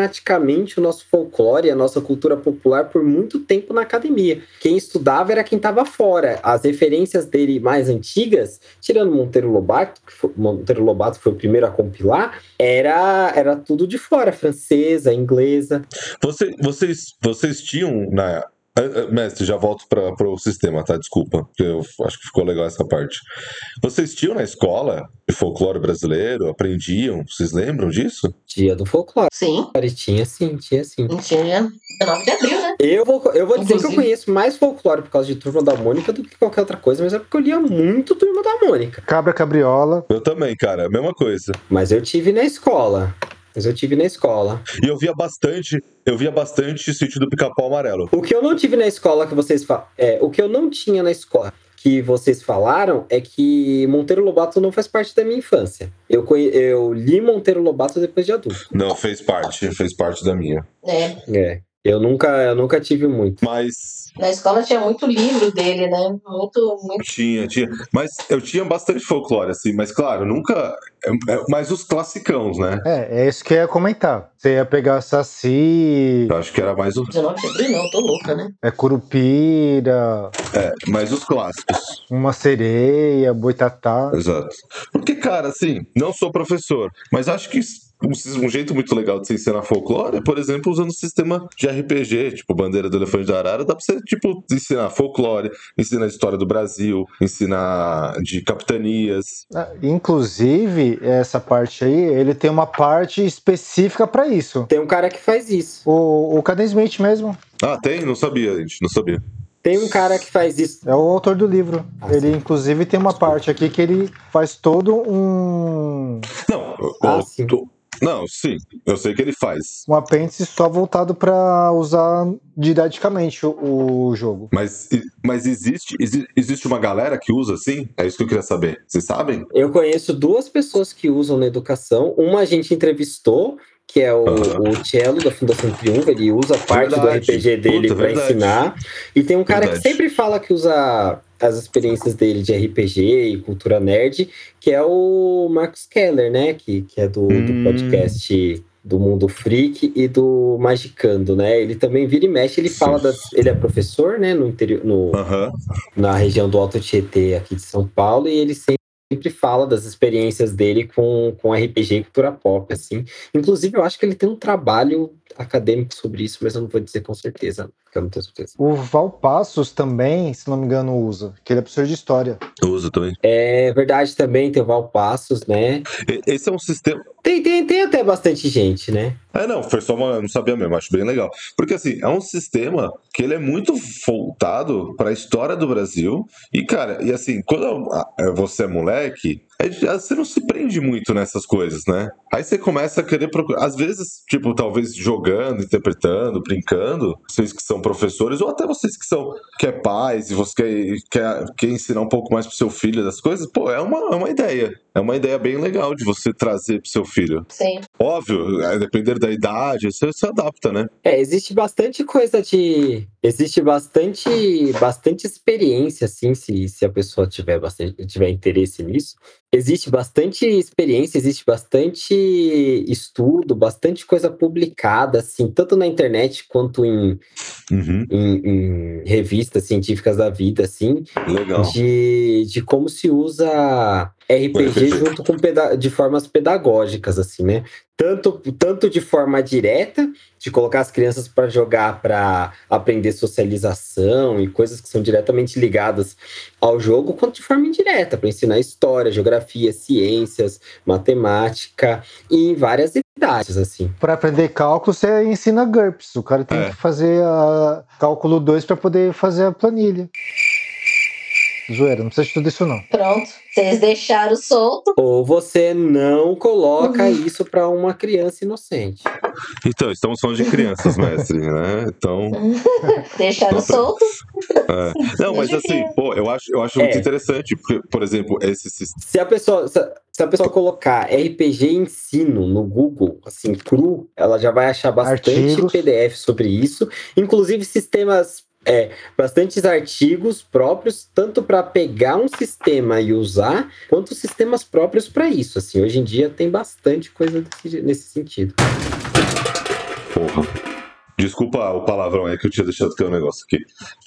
S3: sistematicamente o nosso folclore, a nossa cultura popular por muito tempo na academia. Quem estudava era quem estava fora. As referências dele mais antigas, tirando Monteiro Lobato, que foi, Monteiro Lobato foi o primeiro a compilar, era, era tudo de fora, francesa, inglesa.
S2: Você- vocês, vocês tinham na. Ah, ah, Mestre, já volto para o sistema, tá? Desculpa, porque eu acho que ficou legal essa parte. Vocês tinham na escola de folclore brasileiro? Aprendiam? Vocês lembram disso?
S3: Dia do folclore.
S4: Sim,
S3: Tinha sim, tinha sim.
S4: tinha 19 de abril, né?
S3: Eu vou, eu vou dizer que eu
S4: Inclusive-
S3: conheço mais folclore por causa de Turma da Mônica do que qualquer outra coisa, mas é porque eu lia muito Turma da Mônica.
S5: Cabra Cabriola.
S2: Eu também, cara, mesma coisa.
S3: Mas eu tive na escola. Mas eu tive na escola.
S2: E eu via bastante, eu via bastante sítio do pica-pau amarelo.
S3: O que eu não tive na escola que vocês fa... é, o que eu não tinha na escola que vocês falaram é que Monteiro Lobato não faz parte da minha infância. Eu conhe- eu li Monteiro Lobato depois de adulto.
S2: Não, fez parte, fez parte da minha.
S4: É.
S3: É. Eu nunca, eu nunca tive muito.
S2: Mas
S4: Na escola tinha muito livro dele, né? Muito, muito.
S2: Tinha, tinha. Mas eu tinha bastante folclore, assim, mas claro, nunca. é- é- Mas os classicãos, né?
S5: É, é isso que eu ia comentar. Você ia pegar Saci,
S2: Eu acho que era mais o.
S4: 19 de abril não, tô louca, né?
S5: é Curupira,
S2: É, mais os clássicos.
S5: uma sereia, boitatá.
S2: Exato. Porque, cara, assim, não sou professor, mas acho que um, um jeito muito legal de se ensinar folclore é, por exemplo, usando o sistema de RPG, tipo Bandeira do Elefante da Arara, dá pra você, tipo, ensinar folclore, ensinar a história do Brasil, ensinar de capitanias.
S5: Ah, Inclusive, essa parte aí, ele tem uma parte específica pra isso.
S3: Tem um cara que faz isso.
S5: O, o Caden Smith mesmo
S2: Ah, tem? Não sabia, gente, não sabia.
S3: Tem um cara que faz isso.
S5: é o autor do livro.
S3: Ah,
S5: Ele, inclusive, tem uma parte aqui que ele faz todo um,
S2: Não,
S3: Ah,
S2: o-
S3: sim.
S2: tu- não, sim, eu sei que ele faz.
S5: um apêndice só voltado pra usar didaticamente o, o jogo.
S2: Mas, e- mas existe, exi- existe uma galera que usa assim? É isso que eu queria saber. Vocês sabem?
S3: Eu conheço duas pessoas que usam na educação. Uma a gente entrevistou, que é o,
S2: Aham.
S3: o Cello da Fundação Triunfa, ele usa parte
S2: Verdade.
S3: do RPG dele
S2: Puta,
S3: pra
S2: verdade.
S3: ensinar. E tem um cara
S2: Verdade.
S3: que sempre fala que usa as experiências dele de RPG e cultura nerd, que é o Marcos Keller, né? Que, que é do, do
S2: Hum.
S3: podcast do Mundo Freak e do Magicando, né? Ele também vira e mexe, ele fala das. Ele é professor, né? No interior. No,
S2: Aham.
S3: na região do Alto Tietê aqui de São Paulo e ele sempre fala das experiências dele com, com RPG e cultura pop, assim. Inclusive, eu acho que ele tem um trabalho acadêmico sobre isso, mas eu não vou dizer com certeza, porque eu não tenho certeza.
S5: O Val Passos também, se não me engano, usa, que ele é professor de história.
S2: Eu uso também.
S3: É verdade também, tem o Val Passos, né?
S2: E- Esse é um sistema.
S3: Tem, tem, tem até bastante gente, né?
S2: Ah, não, foi só uma. eu Não sabia mesmo, acho bem legal. Porque, assim, é um sistema que ele é muito voltado para a história do Brasil. E, cara, e assim, quando ah, você é moleque, é de- você não se prende muito nessas coisas, né? Aí você começa a querer procurar. Às vezes, tipo, talvez jogando, interpretando, brincando, vocês que são professores, ou até vocês que são que é pais e você quer, quer, quer ensinar um pouco mais pro seu filho das coisas, pô, é uma, é uma ideia. É uma ideia bem legal de você trazer pro seu filho.
S4: Sim.
S2: Óbvio, a depender da idade, você se adapta, né?
S3: É, existe bastante coisa de. Existe bastante, bastante experiência, assim, se, se a pessoa tiver, bastante, tiver interesse nisso. Existe bastante experiência, existe bastante estudo, bastante coisa publicada, assim, tanto na internet quanto em,
S2: Uhum.
S3: em- em revistas científicas da vida, assim,
S2: Legal.
S3: de, de como se usa RPG
S2: RPG.
S3: junto com peda- de formas pedagógicas, assim, né? Tanto, tanto de forma direta, de colocar as crianças para jogar, para aprender socialização e coisas que são diretamente ligadas ao jogo, quanto de forma indireta, para ensinar história, geografia, ciências, matemática e em várias idades, assim.
S5: Pra aprender cálculo, você ensina GURPS. O cara tem
S2: É.
S5: que fazer a cálculo 2 pra poder fazer a planilha. Zoeira, não precisa de tudo isso não.
S4: Pronto. Vocês deixaram solto.
S3: Ou você não coloca isso para uma criança inocente.
S2: Então, estamos falando de crianças, mestre, né? Então.
S4: Deixaram
S2: Nossa.
S4: solto.
S2: é. Não, mas assim, pô, eu acho, eu acho muito
S3: É.
S2: interessante, porque, por exemplo, esse sistema.
S3: Se a pessoa, se a, se a pessoa colocar RPG ensino no Google, assim, cru, ela já vai achar bastante
S5: Artigos.
S3: PDF sobre isso, inclusive sistemas, é, bastantes artigos próprios, tanto para pegar um sistema e usar, quanto sistemas próprios para isso. Assim, hoje em dia tem bastante coisa desse je- nesse sentido.
S2: Porra. Desculpa o palavrão aí que eu tinha deixado cair um negócio aqui.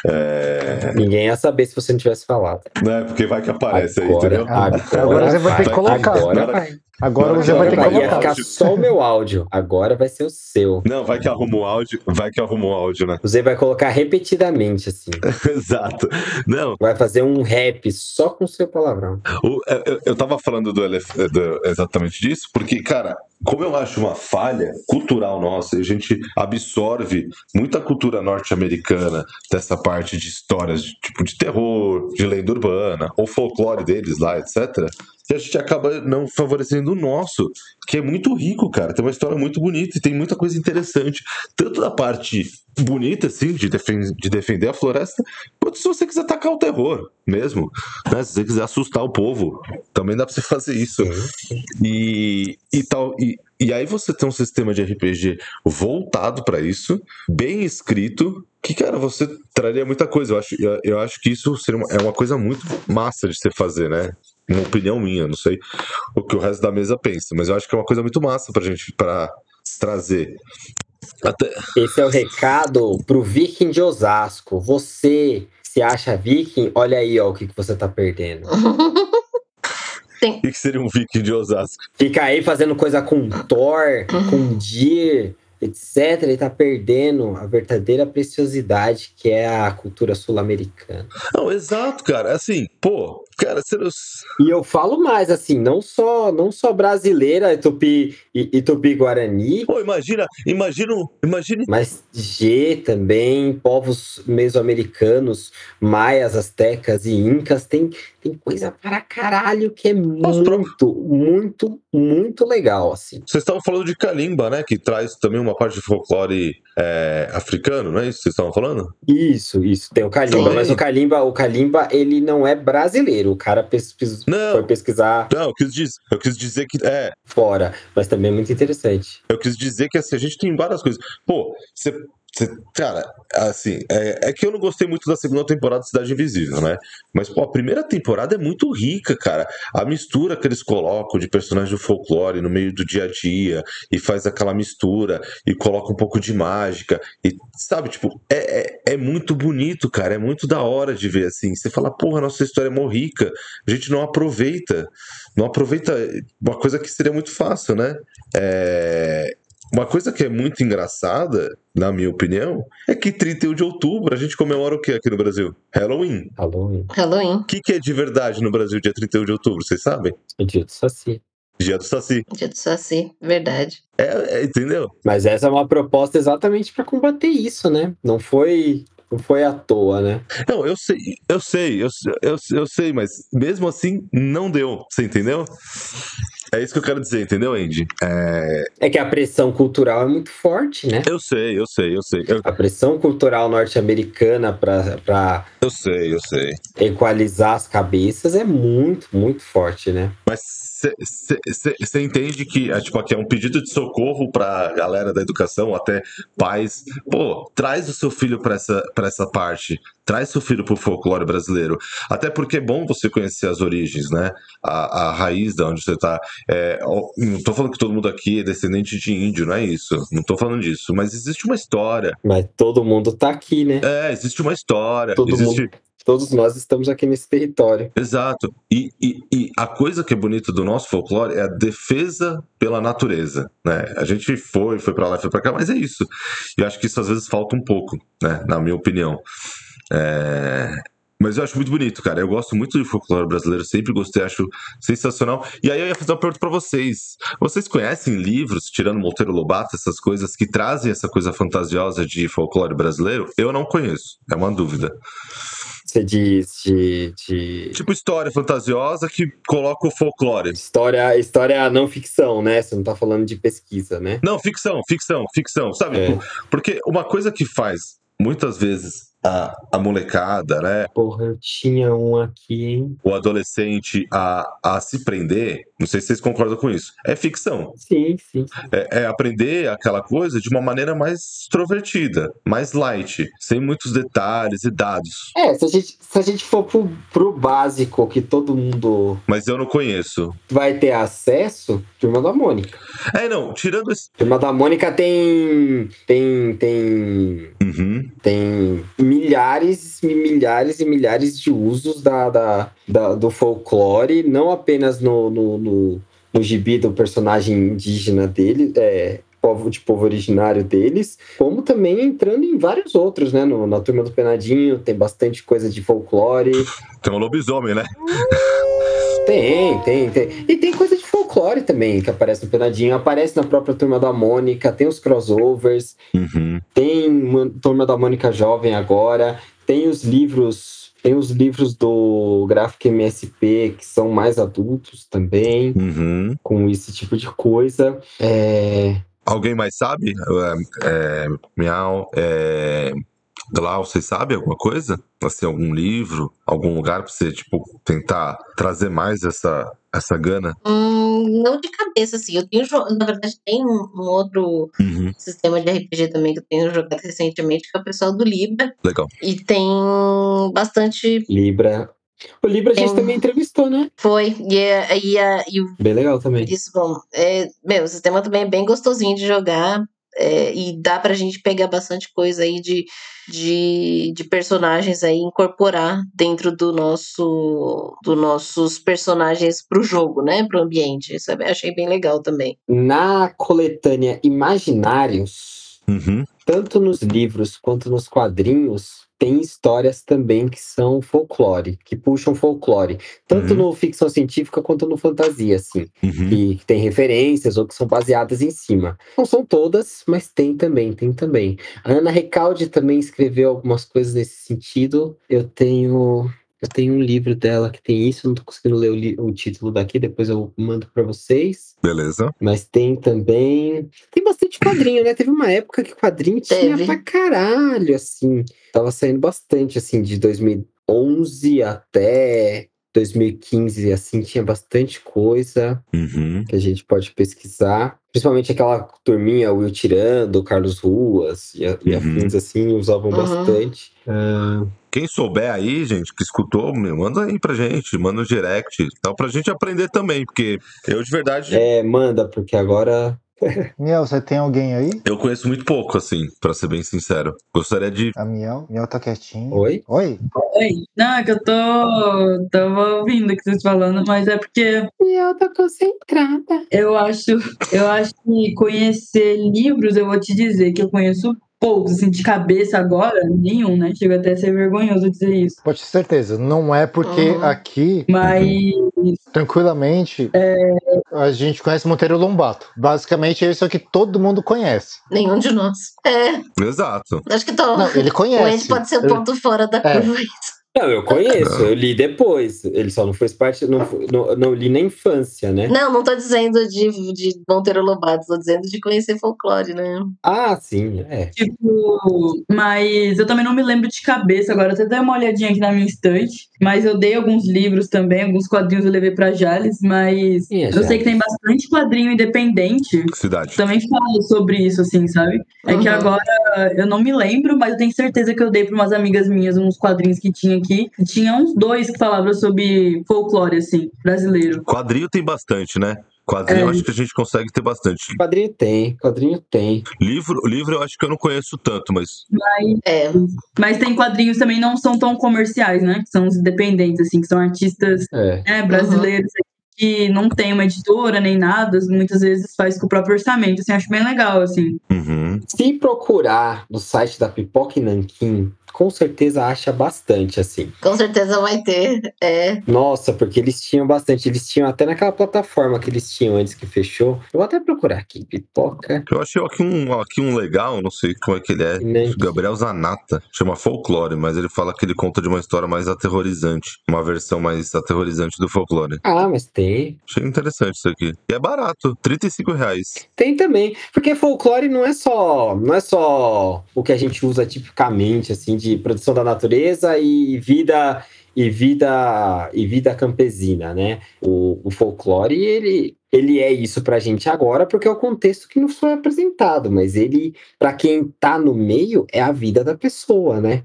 S2: É...
S3: Ninguém ia saber se você não tivesse falado.
S2: Né? Porque vai que aparece aí,
S3: Agora-
S2: entendeu?
S3: agora
S5: Agora você vai ter que
S2: vai.
S5: colocar.
S3: Agora
S2: Agora-
S3: vai.
S5: Agora
S2: Agora
S5: você
S2: que
S5: vai ter que
S2: vai.
S3: Mas ia
S5: colocar.
S3: ficar só o meu áudio. Agora vai ser o seu.
S2: Não, vai que arruma o áudio, vai que arruma o áudio, né?
S3: Você vai colocar repetidamente, assim.
S2: Exato. Não,
S3: Vai fazer um rap só com seu palavrão.
S2: O- é, eu- eu, eu tava falando do elef- do- exatamente disso, porque, cara, como eu acho uma falha cultural nossa, e a gente absorve muita cultura norte-americana dessa parte de histórias de, tipo de terror, de lenda urbana, ou folclore deles lá, etc. E a gente acaba não favorecendo o nosso, que é muito rico, cara. Tem uma história muito bonita e tem muita coisa interessante, tanto da parte bonita, assim, de, defen- de defender a floresta, quanto se você quiser atacar o terror mesmo né? Se você quiser assustar o povo, também dá pra você fazer isso. E, e tal. E, e aí você tem um sistema de RPG voltado pra isso, bem escrito, que, cara, você traria muita coisa. Eu acho, eu, eu acho que isso seria uma- é uma coisa muito massa de você fazer, né? Uma opinião minha, não sei o que o resto da mesa pensa, mas eu acho que é uma coisa muito massa pra gente pra trazer. Até,
S3: Esse é o recado pro Viking de Osasco. Você se acha Viking, olha aí ó, o que, que você tá perdendo.
S2: o que seria um viking de Osasco?
S3: Fica aí fazendo coisa com Thor, com Dir, etc. E tá perdendo a verdadeira preciosidade que é a cultura sul-americana.
S2: Não, exato, cara. Assim, pô, cara, você não.
S3: E eu falo mais, assim, não só, não só brasileira, Tupi e Tupi-Guarani,
S2: Pô, imagina, imagina, imagina.
S3: Mas G também, povos mesoamericanos, maias, astecas e incas, tem, tem coisa para caralho que é
S2: pro-
S3: muito, muito, muito legal, assim.
S2: Vocês estavam falando de Kalimba, né? Que traz também uma parte de folclore é, africano, não é isso que vocês estavam falando?
S3: Isso, isso, tem o Kalimba,
S2: Também.
S3: mas o Kalimba, o Kalimba, ele não é brasileiro, o cara pesquis-
S2: Não.
S3: foi pesquisar
S2: Não, eu quis, diz- eu quis dizer que. É,
S3: fora, mas também é muito interessante.
S2: eu quis dizer que assim, a gente tem várias coisas. Pô, você Cara, assim, é, é que eu não gostei muito da segunda temporada de Cidade Invisível, né? Mas, pô, a primeira temporada é muito rica, cara. A mistura que eles colocam de personagens do folclore no meio do dia a dia, e faz aquela mistura, e coloca um pouco de mágica, e sabe, tipo, é, é, é muito bonito, cara. É muito da hora de ver, assim. Você fala, porra, nossa história é mó rica, a gente não aproveita. Não aproveita uma coisa que seria muito fácil, né? É, uma coisa que é muito engraçada, na minha opinião, é que 31 de outubro a gente comemora o que aqui no Brasil? Halloween.
S3: Halloween,
S4: Halloween,
S2: O que, que é de verdade no Brasil dia 31 de outubro, vocês sabem?
S3: o dia do Saci.
S2: Dia do Saci.
S4: dia do Saci, verdade.
S2: É, é, entendeu?
S3: Mas essa é uma proposta exatamente pra combater isso, né? Não foi, não foi à toa, né?
S2: Não, eu sei, eu sei, eu, sei- eu, sei- eu sei, mas mesmo assim não deu, você entendeu? É isso que eu quero dizer, entendeu, Andy? É,
S3: É que a pressão cultural é muito forte, né?
S2: eu sei, eu sei, eu sei, eu,
S3: A pressão cultural norte-americana pra- pra
S2: eu sei, eu sei.
S3: equalizar as cabeças é muito, muito forte, né?
S2: Mas você entende que é, tipo, aqui é um pedido de socorro pra galera da educação, até pais. Pô, traz o seu filho pra essa, pra essa parte. Traz seu filho pro folclore brasileiro. Até porque é bom você conhecer as origens, né? A, a raiz da onde você tá. É, ó, não tô falando que todo mundo aqui é descendente de índio, não é isso. Não tô falando disso. Mas existe uma história.
S3: Mas todo mundo tá aqui, né?
S2: É, existe uma história.
S3: Todo
S2: existe...
S3: mundo. Todos nós estamos aqui nesse território.
S2: Exato. E, e, e a coisa que é bonita do nosso folclore é a defesa pela natureza, né? A gente foi, foi pra lá, foi pra cá, mas é isso. E eu acho que isso às vezes falta um pouco, né? Na minha opinião. É, Mas eu acho muito bonito, cara. Eu gosto muito do folclore brasileiro, sempre gostei, acho sensacional. E aí eu ia fazer uma pergunta pra vocês. Vocês conhecem livros, tirando Monteiro Lobato, essas coisas que trazem essa coisa fantasiosa de folclore brasileiro? Eu não conheço, é uma dúvida.
S3: Você diz de, de
S2: Tipo história fantasiosa que coloca o folclore.
S3: história, história não ficção, né? Você não tá falando de pesquisa, né?
S2: Não, ficção, ficção, ficção, sabe?
S3: É.
S2: Tipo, Porque uma coisa que faz muitas vezes a, a molecada, né,
S3: Porra, eu tinha um aqui, hein?
S2: o adolescente a, a se prender, não sei se vocês concordam com isso, é ficção.
S3: Sim, sim.
S2: É, é aprender aquela coisa de uma maneira mais extrovertida, mais light, sem muitos detalhes e dados.
S3: É, se a gente, se a gente for pro, pro básico que todo mundo
S2: Mas eu não conheço.
S3: vai ter acesso, Turma da Mônica.
S2: É, não, tirando esse.
S3: Turma da Mônica tem. tem. tem.
S2: Uhum.
S3: tem milhares e milhares e milhares de usos da, da- da- do folclore, não apenas no, no, no, no gibi do personagem indígena dele, é, povo, de povo originário deles, como também entrando em vários outros, né? No- na Turma do Penadinho tem bastante coisa de folclore.
S2: Tem um lobisomem, né?
S3: Tem, tem, tem. E tem coisa de folclore também que aparece no Penadinho, aparece na própria Turma da Mônica, tem os crossovers.
S2: Uhum.
S3: tem uma Turma da Mônica Jovem agora, tem os livros, tem os livros do Gráfico MSP que são mais adultos também,
S2: Uhum.
S3: com esse tipo de coisa. É,
S2: Alguém mais sabe? É, é, miau, é, Glau, vocês sabem alguma coisa? Assim, algum livro, algum lugar pra você, tipo, tentar trazer mais essa, essa gana?
S4: Hum, não de cabeça, assim. Eu tenho, jo- na verdade, tem um, um outro sistema de RPG também que eu tenho jogado recentemente, que é o pessoal do Libra.
S2: Legal.
S4: E tem bastante.
S3: Libra. O Libra a gente
S4: Tem-
S3: também entrevistou, né?
S4: Foi. E, é- e, é- e o
S3: Bem legal também.
S4: Isso, bom. É, meu, o sistema também é bem gostosinho de jogar. é, e dá pra gente pegar bastante coisa aí de, de, de personagens aí, incorporar dentro do nosso dos nossos personagens pro jogo, né? Pro ambiente. Isso eu achei bem legal também.
S3: Na coletânea Imaginários,
S2: Uhum.
S3: tanto nos livros quanto nos quadrinhos, tem histórias também que são folclore, que puxam folclore, tanto
S2: Uhum.
S3: no ficção científica quanto no fantasia, assim.
S2: Uhum.
S3: que, que tem referências ou que são baseadas em cima. Não são todas, mas tem também, tem também. A Ana Recalde também escreveu algumas coisas nesse sentido. Eu tenho eu tenho um livro dela que tem isso, eu não tô conseguindo ler o, li- o título daqui, depois eu mando para vocês.
S2: Beleza.
S3: Mas tem também. Tem bastante quadrinho, né? Teve uma época que quadrinho tinha
S4: Teve.
S3: pra caralho, assim. Tava saindo bastante, assim, de 2011 até 2015, assim, tinha bastante coisa
S2: Uhum.
S3: que a gente pode pesquisar. Principalmente aquela turminha, o Will Tirando, o Carlos Ruas e, a- e
S2: Uhum.
S3: afins, assim, usavam
S4: Uhum.
S3: bastante. É.
S2: Quem souber aí, gente, que escutou, meu, manda aí pra gente, manda um direct, tal, pra gente aprender também, porque eu de verdade,
S3: É, manda, porque agora
S5: Miel, você tem alguém aí?
S2: eu conheço muito pouco, assim, pra ser bem sincero. Gostaria de
S5: A Miel? Miel tá quietinha.
S3: Oi?
S5: Oi?
S6: Oi. Não, é que eu tô. Tava ouvindo o que vocês falando, mas é porque
S7: E eu tô concentrada.
S6: eu acho. Eu acho que conhecer livros, eu vou te dizer que eu conheço poucos, assim, de cabeça agora, nenhum, né? Chega até a ser vergonhoso dizer isso.
S5: Pode ter certeza. Não é porque
S4: Uhum.
S5: aqui,
S6: Mas
S5: tranquilamente,
S4: É.
S5: a gente conhece Monteiro Lombato. Basicamente, isso é o que todo mundo conhece.
S4: Nenhum de nós. É,
S2: Exato.
S4: acho que tô.
S5: Não, ele
S4: o
S5: conhece.
S4: Ed pode ser um o
S5: Ele-
S4: ponto fora da
S5: É.
S4: curva.
S3: Não, eu conheço, eu li depois. Ele só não fez parte, não, fo- não, não li na infância, né?
S4: Não, não tô dizendo de, de Monteiro Lobato, tô dizendo de conhecer folclore, né?
S3: Ah, sim, é.
S6: Tipo, mas eu também não me lembro de cabeça agora. Eu até dei uma olhadinha aqui na minha estante. Mas eu dei alguns livros também, alguns quadrinhos eu levei pra Jales. Mas
S3: Quem é
S6: eu sei
S3: Jales?
S6: que tem bastante quadrinho independente.
S2: Cidade.
S6: Também falo sobre isso, assim, sabe? É que
S4: Uhum.
S6: agora eu não me lembro, mas eu tenho certeza que eu dei pra umas amigas minhas uns quadrinhos que tinha aqui. E Tinha uns dois que falavam sobre folclore, assim, brasileiro.
S2: Quadrinho tem bastante, né? Quadrinho eu
S6: É.
S2: acho que a gente consegue ter bastante.
S3: Quadrinho tem, quadrinho tem.
S2: Livro, livro eu acho que eu não conheço tanto, mas
S4: É.
S6: Mas tem quadrinhos também não são tão comerciais, né? Que são os independentes, assim, que são artistas
S3: É.
S6: É, brasileiros que não tem uma editora nem nada, muitas vezes faz com o próprio orçamento, assim, acho bem legal, assim.
S2: uhum.
S3: Se procurar no site da Pipoca e Nanquim, com certeza acha bastante, assim.
S4: Com certeza vai ter. É.
S3: Nossa, porque eles tinham bastante. Eles tinham até naquela plataforma que eles tinham antes que fechou. Eu vou até procurar aqui, Pipoca
S2: eu achei aqui um, aqui um legal, não sei como é que ele é.
S3: e Nanquim.
S2: Gabriel Zanata chama folclore, mas ele fala que ele conta de uma história mais aterrorizante, uma versão mais aterrorizante do folclore.
S3: Ah, mas tem.
S2: Achei interessante isso aqui. E é barato, R$ 35 reais.
S3: Tem também. Porque folclore não é só, não é só o que a gente usa tipicamente assim de produção da natureza e vida e vida e vida campesina, né? O, o folclore ele ele é isso pra gente agora porque é o contexto que nos foi apresentado, mas ele pra quem tá no meio é a vida da pessoa, né?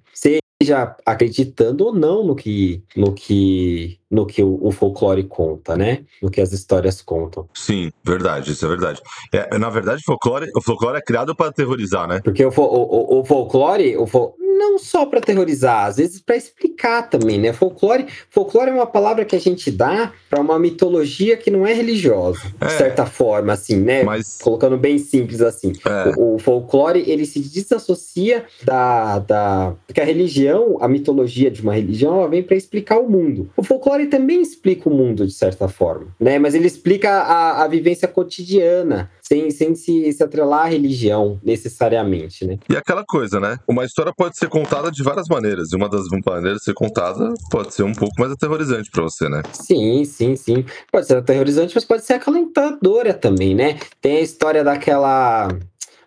S3: Seja acreditando ou não no que no que no que o, o folclore conta, né? No que as histórias contam.
S2: Sim, verdade, isso é verdade. É, na verdade, folclore, o folclore é criado para aterrorizar, né?
S3: Porque o, fo- o, o- o folclore, o fol- não só para terrorizar, às vezes para explicar também, né? Folclore, folclore é uma palavra que a gente dá para uma mitologia que não é religiosa,
S2: É.
S3: de certa forma, assim, né?
S2: Mas.
S3: Colocando bem simples assim.
S2: É,
S3: O, o folclore, ele se desassocia da, da... Porque a religião, a mitologia de uma religião, ela vem para explicar o mundo. O folclore também explica o mundo, de certa forma, né? Mas ele explica a, a vivência cotidiana, sem, sem se, se atrelar à religião, necessariamente, né?
S2: E aquela coisa, né? Uma história pode ser contada de várias maneiras. E uma das maneiras de ser contada pode ser um pouco mais aterrorizante pra você, né?
S3: Sim, sim, sim. Pode ser aterrorizante, mas pode ser acalentadora também, né? Tem a história daquela...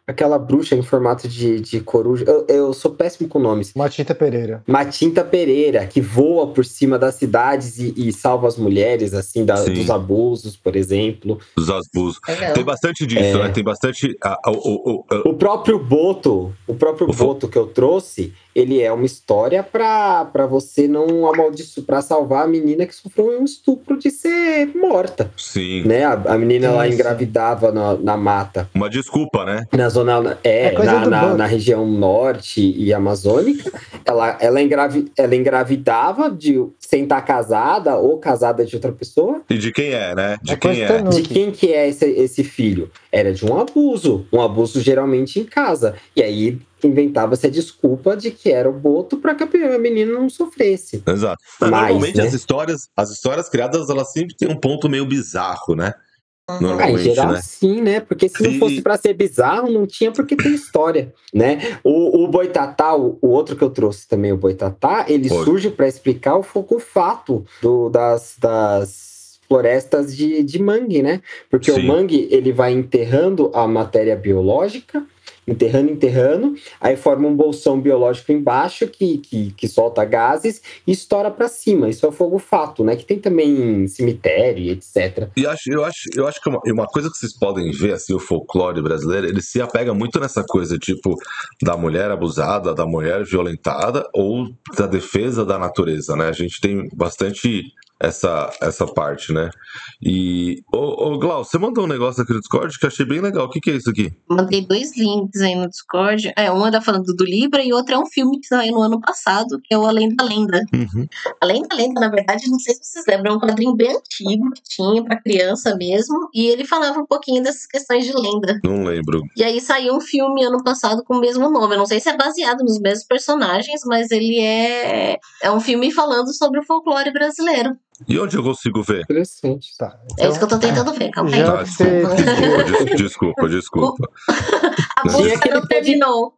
S3: Aquela bruxa em formato de, de coruja. Eu, eu sou péssimo com nomes.
S5: Matita Pereira.
S3: Matinta Pereira, que voa por cima das cidades e, e salva as mulheres, assim, da-
S2: Sim.
S3: dos abusos, por exemplo.
S2: Dos asbus.
S4: Legal.
S2: Tem bastante disso,
S3: É.
S2: né? Tem bastante. a- a- o- o- o-
S3: O próprio Boto, o próprio
S5: Uhum.
S2: O fo-
S3: Boto que eu trouxe, ele é uma história pra, pra você não amaldiçoar, pra salvar a menina que sofreu um estupro de ser morta,
S2: sim.
S3: né? A, a menina, ela
S5: Sim, sim.
S3: engravidava na, na mata.
S2: Uma desculpa, né?
S3: na zona é,
S5: É coisa
S3: na,
S5: do
S3: na,
S5: banco.
S3: na região norte e amazônica ela ela, engravi, ela engravidava de sem estar casada ou casada de outra pessoa
S2: E de quem é, né? De
S5: é
S2: quem
S5: coisa
S2: é.
S3: de
S5: tanuki.
S3: quem que é esse, esse filho era de um abuso um abuso geralmente em casa e aí inventava-se a desculpa de que era o boto para que a menina não sofresse
S2: Exato. Mas,
S3: Mais,
S2: normalmente
S3: né?
S2: as histórias, as histórias criadas, elas sempre têm um ponto meio bizarro, né?
S4: Uhum.
S3: Ah, em
S2: Normalmente,
S3: geral,
S2: né?
S3: sim, né? Porque se não
S2: E-
S3: fosse pra ser bizarro, não tinha porque tem história, né? O, o Boitatá, o, o outro que eu trouxe também, o Boitatá, ele
S2: Oi.
S3: surge pra explicar o foco fato do, das, das florestas de, de mangue, né? Porque o
S2: Sim.
S3: mangue, ele vai enterrando a matéria biológica enterrando, enterrando, aí forma um bolsão biológico embaixo que, que, que solta gases e estoura para cima. Isso é fogo fato, né? Que tem também em cemitério, e etc.
S2: E acho, eu, acho, eu acho que uma, uma coisa que vocês podem ver, assim, o folclore brasileiro, ele se apega muito nessa coisa, tipo, da mulher abusada, da mulher violentada ou da defesa da natureza, né? A gente tem bastante essa, essa parte, né? E, ô, ô Glau, você mandou um negócio aqui no Discord que eu achei bem legal. O que, que é isso aqui?
S4: Mandei dois links aí no Discord. É, uma tá falando do Libra e outra é um filme que saiu no ano passado, que é o Além da Lenda.
S2: Uhum.
S4: Além da Lenda, na verdade, não sei se vocês lembram, é um quadrinho bem antigo que tinha pra criança mesmo, e ele falava um pouquinho dessas questões de lenda.
S2: Não lembro.
S4: E aí saiu um filme ano passado com o mesmo nome. Eu não sei se é baseado nos mesmos personagens, mas ele é, é um filme falando sobre o folclore brasileiro.
S2: E onde eu consigo ver?
S3: Interessante.
S5: Tá.
S4: É isso que eu tô tentando ver, calma aí.
S5: Já
S2: Tá,
S5: que você
S2: Desculpa, des- desculpa, desculpa.
S4: A
S2: Tinha
S4: bolsa
S3: aquele
S4: não terminou.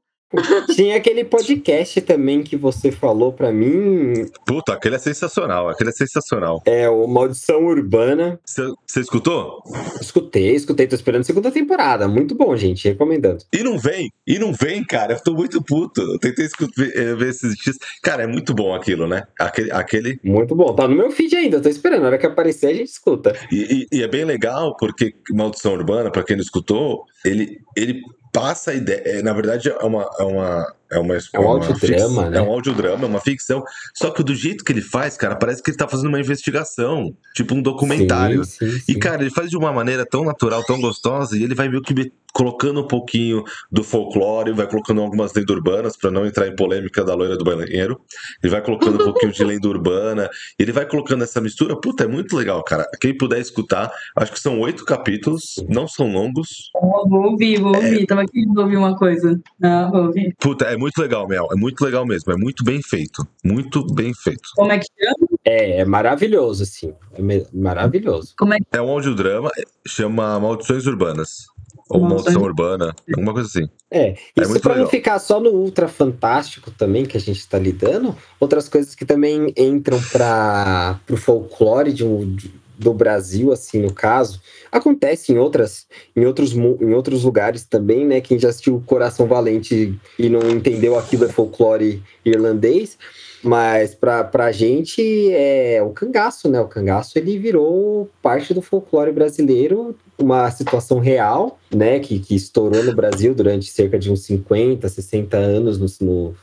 S3: Tinha aquele podcast também que você falou pra mim,
S2: Puta, aquele é sensacional, aquele é sensacional.
S3: é o Maldição Urbana.
S2: Você você escutou?
S3: Escutei, escutei, tô esperando a segunda temporada. Muito bom, gente, recomendando.
S2: E não vem, e não vem, cara. Eu tô muito puto. Eu tentei escu- ver, eh, ver esses dias. Cara, é muito bom aquilo, né? Aquele. aquele...
S3: Muito bom. Tá no meu feed ainda, tô esperando. A hora que aparecer, a gente escuta.
S2: E, e- e é bem legal, porque Maldição Urbana, pra quem não escutou, ele, ele passa a ideia. eh, Na verdade, é uma. É, uma, é, uma,
S3: É um
S2: uma
S3: audiodrama,
S2: fix-
S3: né?
S2: É um audiodrama, é uma ficção. Só que do jeito que ele faz, cara, parece que ele tá fazendo uma investigação, tipo um documentário.
S3: Sim, sim,
S2: E,
S3: sim.
S2: cara, ele faz de uma maneira tão natural, tão gostosa, e ele vai meio que me- colocando um pouquinho do folclore, vai colocando algumas lendas urbanas, pra não entrar em polêmica da loira do banheiro. Ele vai colocando um pouquinho de lenda urbana, ele vai colocando essa mistura. Puta, é muito legal, cara. Quem puder escutar, acho que são oito capítulos, não são longos.
S6: Ó, Então, Vou ouvir, vou ouvir. Tava querendo ouvir uma coisa. Ah, vou ouvir.
S2: Puta, é muito legal, Mel. É muito legal mesmo. É muito bem feito. Muito bem feito.
S6: Como é que chama?
S3: É, é maravilhoso, assim. É me- maravilhoso.
S6: Como é que
S2: É um audiodrama, chama Maldições Urbanas. Ou
S6: Maldições-
S2: Maldição Urbana, alguma coisa assim.
S3: É,
S2: É
S3: isso
S2: muito
S3: pra não
S2: legal.
S3: ficar só no ultra fantástico também que a gente tá lidando, outras coisas que também entram para pro folclore de um- de- do Brasil, assim, no caso, acontece em outras em outros mu- em outros lugares também, né? Quem já assistiu Coração Valente e não entendeu aquilo é folclore irlandês, mas pra, pra gente é o cangaço, né? O cangaço ele virou parte do folclore brasileiro uma situação real, né, que, que estourou no Brasil durante cerca de uns 50, 60 anos, no, no-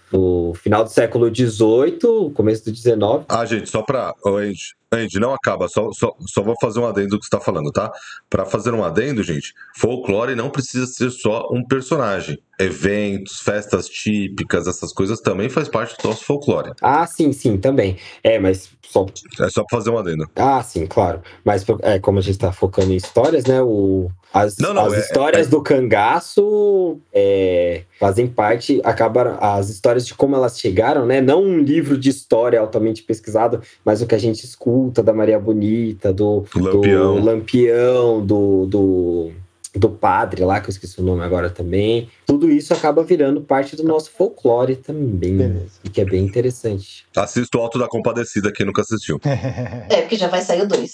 S3: no final do século XVIII, começo do XIX.
S2: Ah, gente, só pra. Ô, Andy, Andy, não acaba, só, só, só vou fazer um adendo do que você tá falando, tá? Pra fazer um adendo, gente, folclore não precisa ser só um personagem. Eventos, festas típicas, essas coisas também faz parte do nosso folclore.
S3: Ah, sim, sim, também. É, mas só.
S2: É só pra fazer um adendo.
S3: Ah, sim, claro. Mas é, como a gente está focando em histórias, né? O, as
S2: Não, não,
S3: as
S2: é-
S3: histórias do cangaço é, fazem parte, acabaram. As histórias de como elas chegaram, né? Não um livro de história altamente pesquisado, mas o que a gente escuta da Maria Bonita, do do
S2: Lampião.
S3: Lampião, do, do, do padre lá, que eu esqueci o nome agora também. Tudo isso acaba virando parte do nosso folclore também.
S5: Beleza.
S3: E que é bem interessante.
S2: Assista o Alto da Compadecida, quem nunca assistiu.
S4: É, porque já vai sair o dois.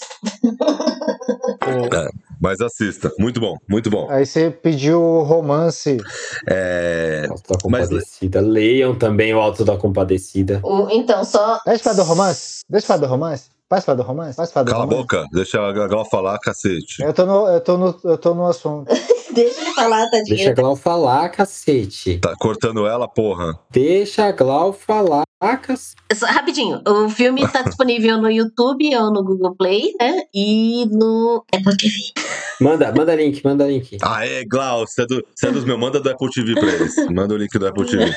S5: Pô,
S2: Mas assista. Muito bom, muito bom.
S5: é, Aí você pediu o romance.
S2: É.
S3: Alto da
S2: Mas-
S3: Compadecida. Leiam também o Alto da Compadecida.
S4: O, então, só.
S5: Deixa eu falar do romance? Deixa eu falar do romance? Posso falar do romance? Posso falar do
S2: Cala a
S5: romance?
S2: boca, deixa a Gal falar, cacete.
S5: Eu tô no, eu tô no, eu tô no assunto.
S4: Deixa ele falar,
S3: Deixa a
S4: tadinho.
S3: Glau falar, cacete.
S2: Tá cortando ela, porra.
S3: Deixa a Glau falar, cacete.
S4: Só- Rapidinho, o filme está disponível no YouTube ou no Google Play, né? E no Apple TV.
S3: Manda, manda link, manda link.
S2: Aê, Glau, você é, do, você é dos meus, manda do Apple TV pra eles. Manda o link do Apple TV.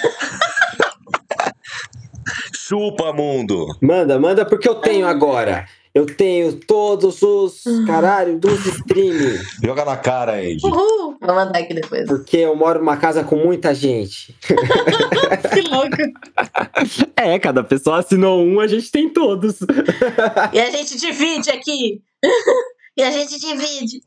S2: Chupa, mundo!
S3: Manda, manda, porque eu tenho agora. Eu tenho todos os caralho dos streaming.
S2: Joga na cara, Andy.
S4: Uhul! Vou mandar aqui depois.
S3: Porque eu moro numa casa com muita gente.
S4: que louco!
S3: É, cada pessoa assinou um, a gente tem todos.
S4: E a gente divide aqui. e a gente divide.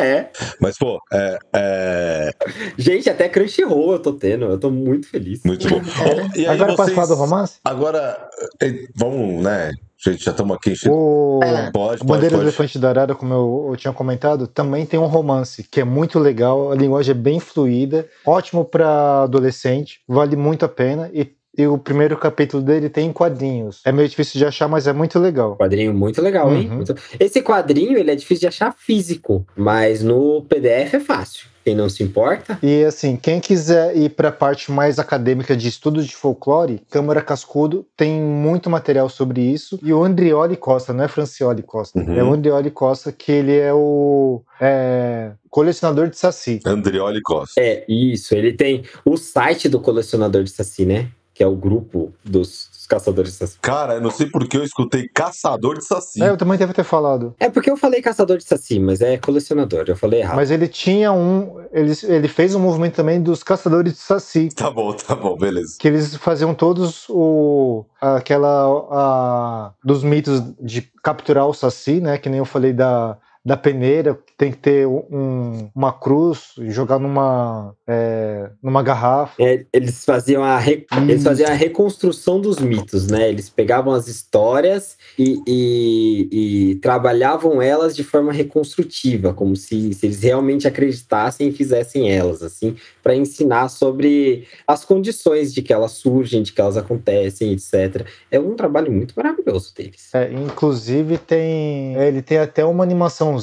S3: É.
S2: Mas, pô, é, é
S3: Gente, até Crunchyroll eu tô tendo. Eu tô muito feliz.
S2: muito bom. Bom, e aí
S5: É. Agora posso
S2: vocês-
S5: falar do romance?
S2: Agora, eh, vamos, né? Gente, já estamos aqui enchendo.
S5: O
S4: Vai lá.
S2: Tipo, Pode, pode,
S5: Bandeira do
S2: pode.
S5: Elefante da Arara, como eu, eu tinha comentado, também tem um romance que é muito legal, a linguagem é bem fluida, ótimo pra adolescente, vale muito a pena e, e o primeiro capítulo dele tem em quadrinhos. É meio difícil de achar, mas é muito legal.
S3: Um Quadrinho muito legal, hein?
S5: Uhum.
S3: Muito- Esse quadrinho, ele é difícil de achar físico, mas no PDF é fácil. Quem não se importa,
S5: E assim, quem quiser ir pra parte mais acadêmica de estudo de folclore, Câmara Cascudo tem muito material sobre isso. E o Andrioli Costa, não é Francioli Costa,
S2: Uhum.
S5: é o Andrioli Costa, que ele é o é, colecionador de saci.
S2: Andrioli Costa.
S3: é isso. Ele tem o site do colecionador de Saci, né? Que é o grupo dos, dos caçadores de Saci.
S2: Cara, eu não sei porque eu escutei Caçador de Saci.
S5: É, eu também devo ter falado.
S3: É porque eu falei caçador de Saci, mas é colecionador. Eu falei errado.
S5: Mas ele tinha um. Ele, ele fez um movimento também dos caçadores de saci.
S2: Tá bom, tá bom, beleza.
S5: Que eles faziam todos o. aquela. a- dos mitos de capturar o saci, né? Que nem eu falei da. Da peneira, que tem que ter um- uma cruz e jogar numa, é, numa garrafa.
S3: É, eles faziam a re- eles faziam a reconstrução dos mitos, né? Eles pegavam as histórias e, e- e trabalhavam elas de forma reconstrutiva, como se, se eles realmente acreditassem e fizessem elas, assim, para ensinar sobre as condições de que elas surgem, de que elas acontecem, etc. É um trabalho muito maravilhoso deles.
S5: É, inclusive tem. é, Ele tem até uma animaçãozinha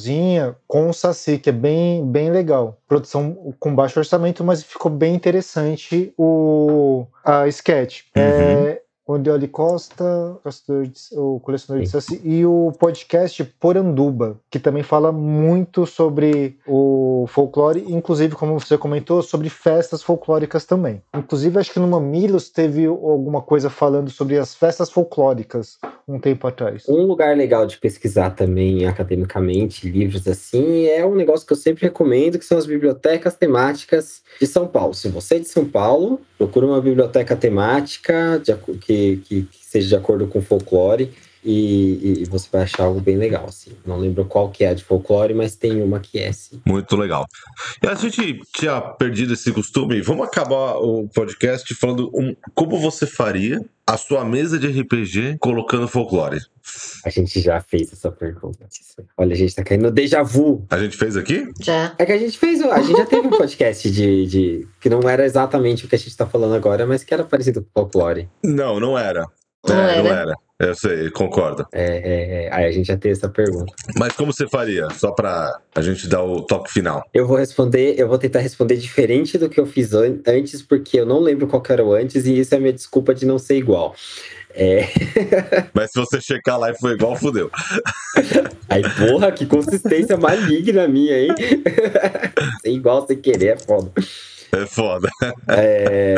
S5: com o Saci, que é bem, bem legal. Produção com baixo orçamento, mas ficou bem interessante o a sketch. É, o Deoli Costa, caçador de- o colecionador de Saci, e o podcast Poranduba, que também fala muito sobre o folclore, inclusive, como você comentou, sobre festas folclóricas também. Inclusive, acho que no Mamilos teve alguma coisa falando sobre as festas folclóricas um tempo atrás.
S3: Um lugar legal de pesquisar também academicamente, livros assim, é um negócio que eu sempre recomendo, que são as bibliotecas temáticas de São Paulo. Se você é de São Paulo, procura uma biblioteca temática de aco- que, que, que seja de acordo com o folclore e, e você vai achar algo bem legal, assim. Não lembro qual que é a de folclore, mas tem uma que é, sim.
S2: Muito legal. E a gente tinha perdido esse costume. Vamos acabar o podcast falando um- como você faria a sua mesa de RPG colocando folclore.
S3: A gente já fez essa pergunta. Olha, a gente tá caindo no déjà vu.
S2: A gente fez aqui?
S4: Já.
S3: É que a gente fez, um- a gente já teve um podcast de, de- que não era exatamente o que a gente tá falando agora, mas que era parecido com folclore.
S2: Não, não era.
S4: Não
S2: é, não
S4: era.
S2: era. Eu sei, concordo.
S3: É, é, é, aí a gente já teve essa pergunta.
S2: Mas como você faria? Só pra a gente dar o toque final.
S3: Eu vou responder, eu vou tentar responder diferente do que eu fiz an- antes, porque eu não lembro qual que era o antes, e isso é minha desculpa de não ser igual. É,
S2: Mas se você checar lá e for igual, fudeu.
S3: aí, porra, que consistência maligna minha, hein? ser igual sem querer é foda.
S2: É foda.
S3: É...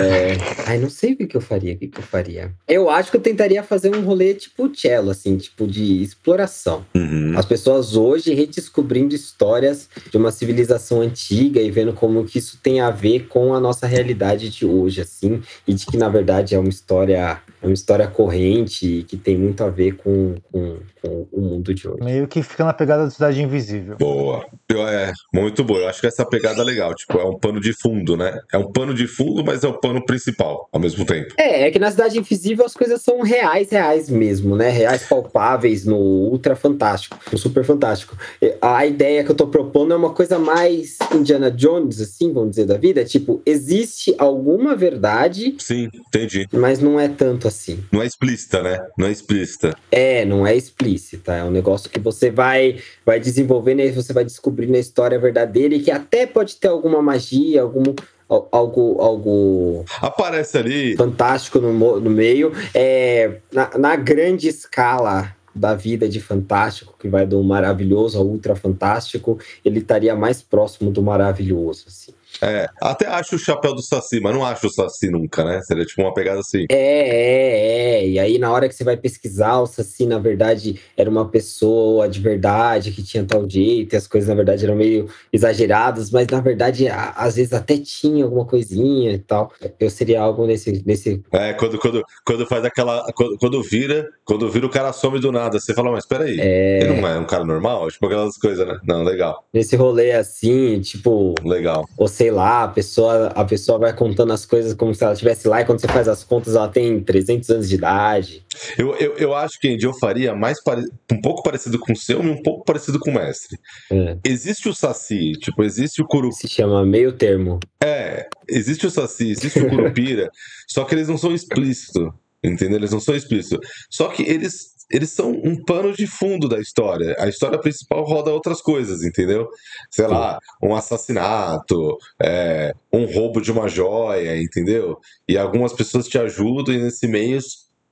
S3: Ai, não sei o que, que eu faria, o que, que eu faria. Eu acho que eu tentaria fazer um rolê tipo cello, assim, tipo de exploração.
S2: Uhum.
S3: As pessoas hoje redescobrindo histórias de uma civilização antiga e vendo como que isso tem a ver com a nossa realidade de hoje, assim, e de que na verdade é uma história, é uma história corrente e que tem muito a ver com, com, com o mundo de hoje.
S5: Meio que fica na pegada da Cidade Invisível.
S2: Boa. Eu- é, muito boa. Eu acho que essa pegada é legal. Tipo, é um pano de fundo, né? É um pano de fundo, mas é o pano principal ao mesmo tempo.
S3: É, é que na Cidade Invisível as coisas são reais, reais mesmo, né? Reais palpáveis no Ultra Fantástico, no Super Fantástico. E A ideia que eu tô propondo é uma coisa mais Indiana Jones, assim, vamos dizer, da vida. Tipo, existe alguma verdade
S2: Sim, entendi.
S3: Mas não é tanto assim.
S2: Não é explícita, né? Não é explícita.
S3: É, não é explícita. É um negócio que você vai, vai desenvolvendo e você vai descobrindo a história verdadeira e que até pode ter alguma magia, algum, al- algo, algo
S2: Aparece ali.
S3: fantástico no, mo- no meio. É, na, na grande escala da vida de fantástico, que vai do maravilhoso ao ultra fantástico, ele estaria mais próximo do maravilhoso. Assim.
S2: É, até acho o chapéu do Saci, mas não acho o Saci nunca, né? Seria tipo uma pegada assim.
S3: É, é, é. E aí, na hora que você vai pesquisar, o Saci, na verdade, era uma pessoa de verdade que tinha tal jeito, e as coisas, na verdade, eram meio exageradas, mas na verdade, a- às vezes até tinha alguma coisinha e tal. Eu seria algo nesse. nesse...
S2: É, quando, quando, quando faz aquela. Quando, quando vira, quando vira o cara some do nada. Você fala, mas peraí, ele
S3: É,
S2: não é um cara normal? Tipo aquelas coisas, né? Não, legal,
S3: nesse rolê assim, tipo,
S2: legal.
S3: ou sei lá, a pessoa, a pessoa vai contando as coisas como se ela estivesse lá, e quando você faz as contas, ela tem 300 anos de idade.
S2: Eu, eu, eu acho que Andy, eu faria mais pare... um pouco parecido com o seu e um pouco parecido com o mestre.
S3: É,
S2: Existe o Saci, tipo, existe o Curu.
S3: se chama meio termo.
S2: É, existe o Saci, existe o Curupira, só que eles não são explícitos, entendeu? Eles não são explícitos. Só que eles, eles são um pano de fundo da história. A história principal roda outras coisas, entendeu? Sei lá, um assassinato, é, um roubo de uma joia, entendeu? E algumas pessoas te ajudam e nesse meio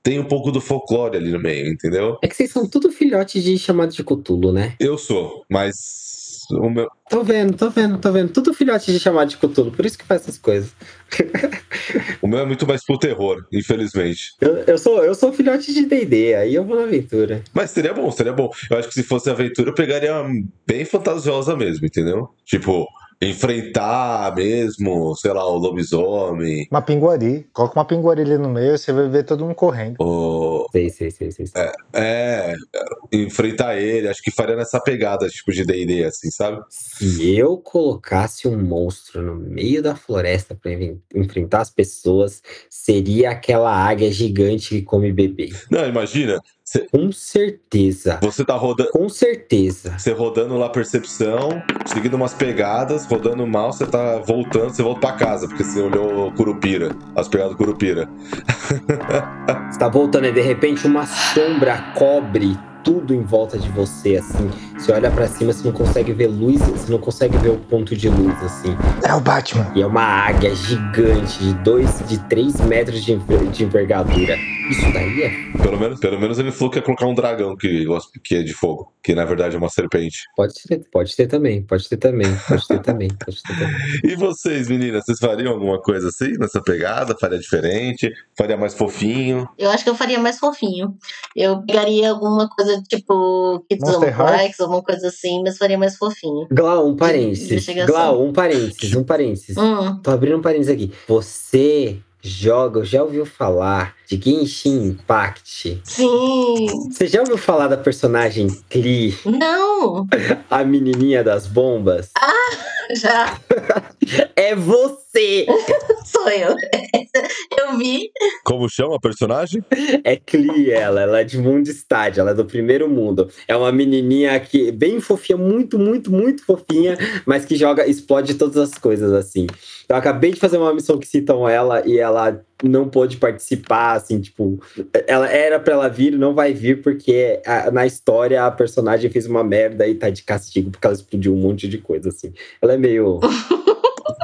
S2: tem um pouco do folclore ali no meio, entendeu?
S3: É que vocês são tudo filhote de chamado de Cthulhu, né?
S2: Eu sou, mas o meu,
S3: Tô vendo, tô vendo, tô vendo. Tudo filhote de chamado de Cthulhu, por isso que faz essas coisas.
S2: o meu é muito mais pro terror, infelizmente.
S3: Eu, eu sou, eu sou filhote de D&D, aí eu vou na aventura.
S2: Mas seria bom, seria bom. Eu acho que se fosse aventura, eu pegaria bem fantasiosa mesmo, entendeu? Tipo, enfrentar mesmo, sei lá, o lobisomem,
S5: Uma pinguari. Coloca uma pinguari ali no meio, você vai ver todo mundo correndo.
S2: ou.
S3: Sei, sei, sei, sei. sei.
S2: É, enfrentar ele. Acho que faria nessa pegada, tipo, de DD, assim, sabe?
S3: Se eu colocasse um monstro no meio da floresta pra en- enfrentar as pessoas, seria aquela águia gigante que come bebê.
S2: Não, imagina,
S3: Com certeza,
S2: você tá rodando.
S3: com certeza.
S2: Você rodando lá a percepção, seguindo umas pegadas, rodando mal, você tá voltando, você volta pra casa, porque você olhou o Curupira, as pegadas do Curupira.
S3: Você tá voltando e de repente uma sombra cobre tudo em volta de você, assim. Você olha pra cima, você não consegue ver luz, você não consegue ver o ponto de luz, assim.
S5: É o Batman.
S3: E é uma águia gigante de 2, de 3 metros de, enver- de envergadura. Isso daí é.
S2: Pelo menos, pelo menos ele falou que ia colocar um dragão que, gosta- que é de fogo, que na verdade é uma serpente.
S3: Pode ter, pode ter também, pode ter também, pode ter também, pode ter também.
S2: E vocês, meninas, vocês fariam alguma coisa assim nessa pegada? Faria diferente? Faria mais fofinho?
S4: Eu acho que eu faria mais fofinho. Eu pegaria alguma coisa tipo Kids on
S5: Monster High?
S4: Bikes, alguma coisa assim, mas faria mais fofinho.
S3: Glau, um
S4: De- de
S3: parênteses.
S4: chegação.
S3: Glau, um parênteses, um parênteses.
S4: Hum,
S3: Tô abrindo um parênteses aqui. Você joga, já ouviu falar de Genshin Impact?
S4: sim.
S3: Você já ouviu falar da personagem Klee,
S4: Não,
S3: a menininha das bombas?
S4: já
S3: É você!
S4: sou eu. Eu vi.
S2: Como chama a personagem?
S3: É Clee ela, ela é de mundo estádio, ela é do primeiro mundo. É uma menininha que bem fofinha, muito, muito, muito fofinha, mas que joga, explode todas as coisas assim. Eu acabei de fazer uma missão que citam ela e ela não pôde participar, assim, tipo, ela era pra ela vir, não vai vir porque a- na história a personagem fez uma merda e tá de castigo porque ela explodiu um monte de coisa assim. Ela é meio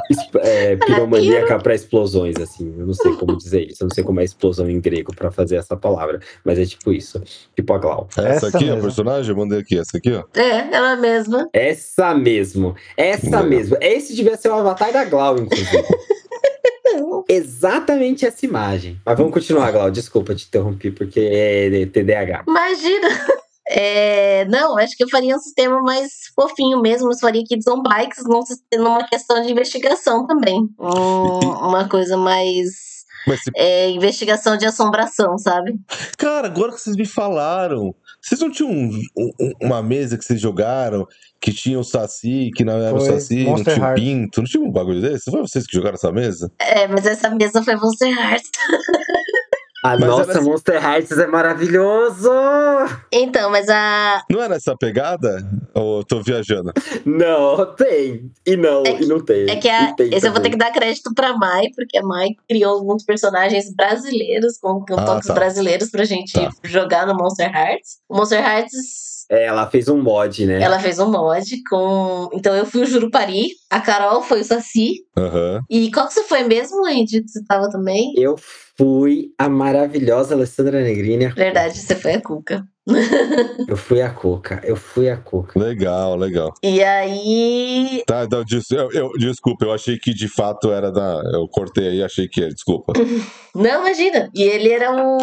S3: Esp- é, piromaníaca para explosões, assim. Eu não sei como dizer isso. Eu não sei como é explosão em grego para fazer essa palavra. Mas é tipo isso. Tipo a Glau.
S2: Essa,
S5: Essa
S2: aqui é a
S5: mesmo.
S2: personagem? Eu mandei aqui, essa aqui, ó.
S4: É, ela mesma.
S3: Essa mesmo. Essa
S2: Legal.
S3: mesmo. Esse devia ser o avatar da Glau, inclusive. Exatamente essa imagem. Mas vamos continuar, Glau. Desculpa te interromper, porque é TDAH.
S4: Imagina. É, não, acho que eu faria um sistema mais fofinho mesmo. Eu faria Kids on Bikes num sis- numa questão de investigação também. Um-
S2: E- e-
S4: uma coisa mais
S2: Mas, se-
S4: é, investigação de assombração, sabe?
S2: cara, agora que vocês me falaram, vocês não tinham um- um- uma mesa que vocês jogaram que tinha o Saci, que não era o
S5: Foi
S2: Saci, não
S5: Monster
S2: tinha o
S5: Hearts.
S2: Pinto? Não tinha um bagulho desse? Foi vocês que jogaram essa mesa?
S4: É, mas essa mesa foi você Hearts.
S3: A
S2: Mas
S3: nossa
S2: era-
S3: Monster Hearts é maravilhoso!
S4: Então, mas a.
S2: Não era essa pegada? Ou eu tô viajando?
S3: Não, tem. E não,
S4: É que-
S3: e não tem.
S4: É que a,
S3: E tem
S4: esse eu vou
S3: também.
S4: ter que dar crédito pra Mai, porque a Mai criou alguns personagens brasileiros, com, com
S2: Ah,
S4: toques
S2: tá.
S4: brasileiros pra gente
S2: Tá.
S4: jogar no Monster Hearts. O Monster Hearts
S3: É, ela fez um mod,
S2: É.
S3: né?
S4: Ela fez um mod com. Então eu fui o Jurupari, a Carol foi o Saci.
S2: Aham.
S4: E qual que você foi mesmo, Andy? Que você tava também?
S3: Eu fui a maravilhosa Alessandra Negrini.
S4: Verdade, você foi a Cuca.
S3: Eu fui a Cuca, eu fui a Cuca.
S2: Legal, legal.
S4: E aí.
S2: Tá, então, des- eu, eu- desculpa, eu achei que de fato era da. Eu cortei aí, achei que era, desculpa.
S4: Não, imagina! E ele era o,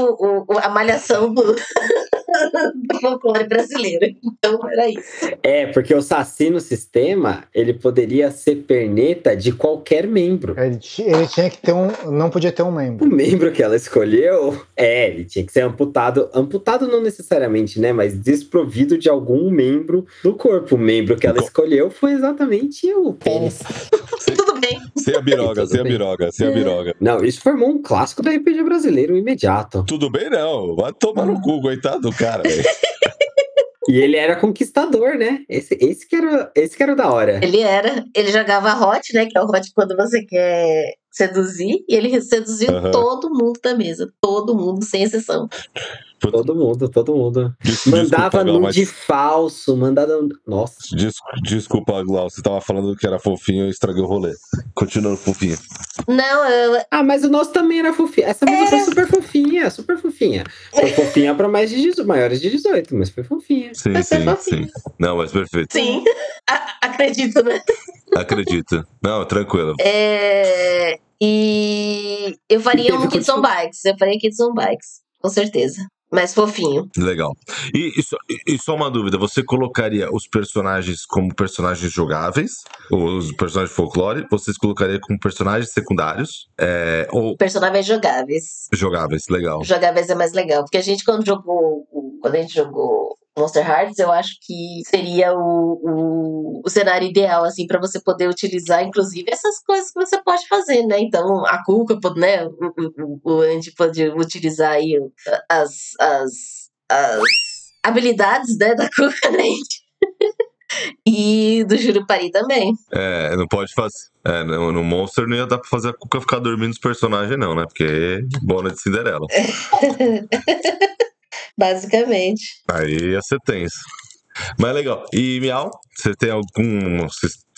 S4: o- o- a malhação do, do folclore brasileiro. Então era isso.
S3: É, porque o Saci no sistema, ele poderia ser perneta de qualquer membro.
S5: Ele, ti- ele tinha que ter um. Não podia ter um
S3: O
S5: membro.
S3: membro que ela escolheu, é, ele tinha que ser amputado. Amputado não necessariamente, né? Mas desprovido de algum membro do corpo. O membro que ela
S2: Co-
S3: escolheu foi exatamente o pênis.
S4: Tudo bem.
S2: Sem a biroga,
S3: Tudo
S2: sem a
S3: bem.
S2: biroga, sem a biroga.
S3: Não, isso formou um clássico do RPG brasileiro imediato.
S2: Tudo bem, não. Vai tomar no cu, coitado do cara, velho.
S3: E ele era conquistador, né? Esse, esse, que, era, esse que era o da hora.
S4: Ele era. Ele jogava hot, né? Que é o hot quando você quer seduzir. E ele seduziu
S2: Aham.
S4: todo mundo da mesa. Todo mundo, sem exceção.
S3: Todo mundo, todo mundo.
S2: Des-
S3: Mandava
S2: desculpa, Glau, mas-
S3: nude falso, mandava. Nossa.
S2: Des- desculpa, Glau, você tava falando que era fofinho e estraguei o rolê. Continuando fofinho.
S4: Não, eu.
S3: Ah, mas o nosso também era fofinho. Essa mesa foi super fofinha, super fofinha. Foi fofinha para mais de 18, maiores de 18, mas foi fofinha.
S2: Sim,
S4: Mas foi fofinho.
S2: Não, mas perfeito.
S4: Sim. A- acredito, né?
S2: Acredito. Não, tranquilo.
S4: É, e eu faria um
S3: Teve
S4: Kids on
S3: continu-
S4: Bikes. Eu faria Kids on Bikes, com certeza. Mais fofinho.
S2: Legal. E, e só, e- e só uma dúvida: você colocaria os personagens como personagens jogáveis, os personagens de folclore, vocês colocaria como personagens secundários é, ou
S4: Personagens jogáveis.
S2: jogáveis? Legal.
S4: Jogáveis é mais legal. Porque a gente, quando jogou. o- Quando a gente jogou Monster Hearts, eu acho que seria o, o, o cenário ideal, assim, para você poder utilizar, inclusive, essas coisas que você pode fazer, né? Então, a Cuca, pô, né? O, o, o o Andy pode utilizar aí o- as. as, as habilidades, né? Da Cuca, né? E do Jurupari também.
S2: É, não pode fazer. É, no, no Monster não ia dar pra fazer a Cuca ficar dormindo nos personagens, não, né? Porque bona de Cinderela.
S4: Basicamente.
S2: Aí ia ser tenso. Mas é legal. E Miau, você tem algum,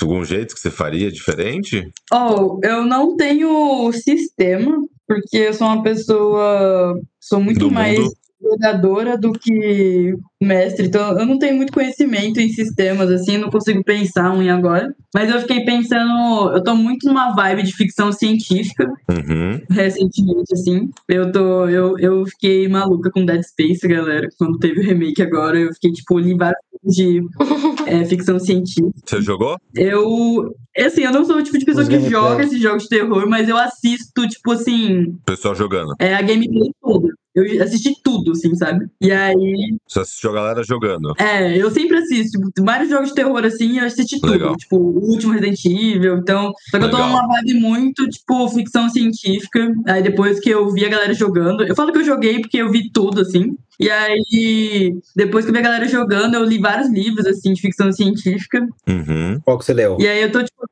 S2: algum jeito que você faria diferente?
S6: Oh, eu não tenho sistema, porque eu sou uma pessoa. Sou muito
S2: Do
S6: mais
S2: mundo.
S6: jogadora do que mestre. Então, eu não tenho muito conhecimento em sistemas, assim, não consigo pensar um em agora. Mas eu fiquei pensando. Eu tô muito numa vibe de ficção científica
S2: Uhum.
S6: recentemente, assim. Eu tô. Eu, eu fiquei maluca com Dead Space, galera. Quando teve o remake agora, eu fiquei, tipo, li vários filmes de é, ficção científica.
S2: Você jogou?
S6: Eu. Assim, eu não sou o tipo de pessoa
S5: Os
S6: que
S5: gameplays.
S6: joga esses jogos de terror, mas eu assisto, tipo assim,
S2: Pessoal jogando.
S6: é, a gameplay toda. Eu assisti tudo, assim, sabe? E aí.
S2: Você assistiu a galera jogando.
S6: É, eu sempre assisto tipo, vários jogos de terror, assim, eu assisti tudo.
S2: Legal.
S6: Tipo, o último Resident Evil, então. Só que eu tô
S2: Legal.
S6: numa vibe muito, tipo, ficção científica. Aí depois que eu vi a galera jogando. Eu falo que eu joguei porque eu vi tudo, assim. E aí, depois que eu vi a galera jogando, eu li vários livros, assim, de ficção científica.
S2: Uhum.
S3: Qual que você leu?
S6: E aí eu tô, tipo,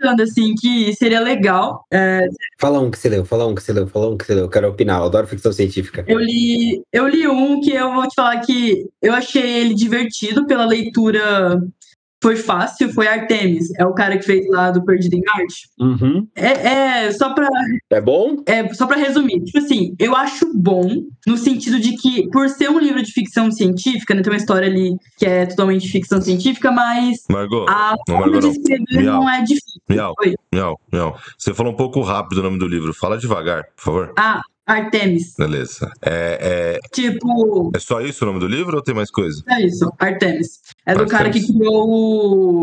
S6: pensando, assim, que seria legal. é,
S3: Fala um que você leu, fala um que você leu, fala um que você leu. Eu quero opinar, eu adoro ficção científica.
S6: eu, li, eu li um que eu vou te falar que eu achei ele divertido pela leitura. Foi fácil, foi Artemis. É o cara que fez lá do Perdido em Marte.
S3: Uhum.
S6: É, é, só pra,
S3: É bom?
S6: é só pra resumir. Tipo assim, eu acho bom no sentido de que, por ser um livro de ficção científica, né, tem uma história ali que é totalmente ficção científica, mas
S2: Margot,
S6: a
S2: não
S6: forma
S2: Margot
S6: de
S2: não.
S6: escrever
S2: Miau.
S6: não é difícil.
S2: Miau.
S6: Ah, Oi.
S2: Miau, miau. Você falou um pouco rápido o nome do livro. Fala devagar, por favor.
S6: Ah, Artemis.
S2: Beleza. É, é,
S6: Tipo,
S2: é só isso o nome do livro ou tem mais coisa?
S6: É isso, Artemis. É do
S2: Artemis.
S6: cara que criou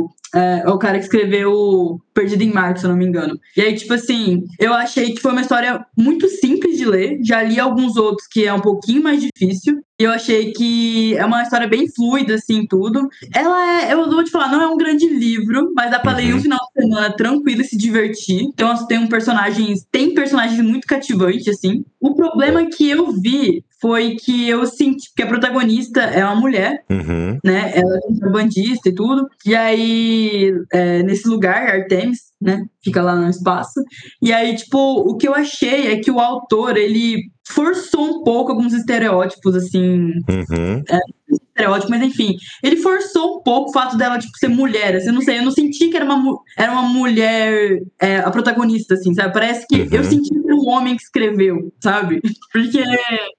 S6: o. É, é o cara que escreveu o Perdido em Marte, se eu não me engano. E aí, tipo assim, eu achei que foi uma história muito simples de ler. Já li alguns outros que é um pouquinho mais difícil. E eu achei que é uma história bem fluida, assim, tudo. Ela é, eu vou te falar, não é um grande livro, mas dá pra ler em um
S2: Uhum.
S6: final de semana tranquilo e se divertir. Então, assim, tem um personagem, tem personagens muito cativantes, assim. O problema que eu vi foi que eu senti que a protagonista é uma mulher
S2: Uhum.
S6: né? Ela é contrabandista e tudo. E aí, é, nesse lugar, Artemis, né? Fica lá no espaço. E aí, tipo, o que eu achei é que o autor, ele forçou um pouco alguns estereótipos, assim,
S2: Uhum.
S6: estereótipo, mas enfim, ele forçou um pouco o fato dela, tipo, ser mulher, assim, eu não sei, eu não senti que era uma, mu- era uma mulher, é, a protagonista, assim, sabe? Parece que
S2: Uhum.
S6: eu senti que era o homem que escreveu, sabe? Porque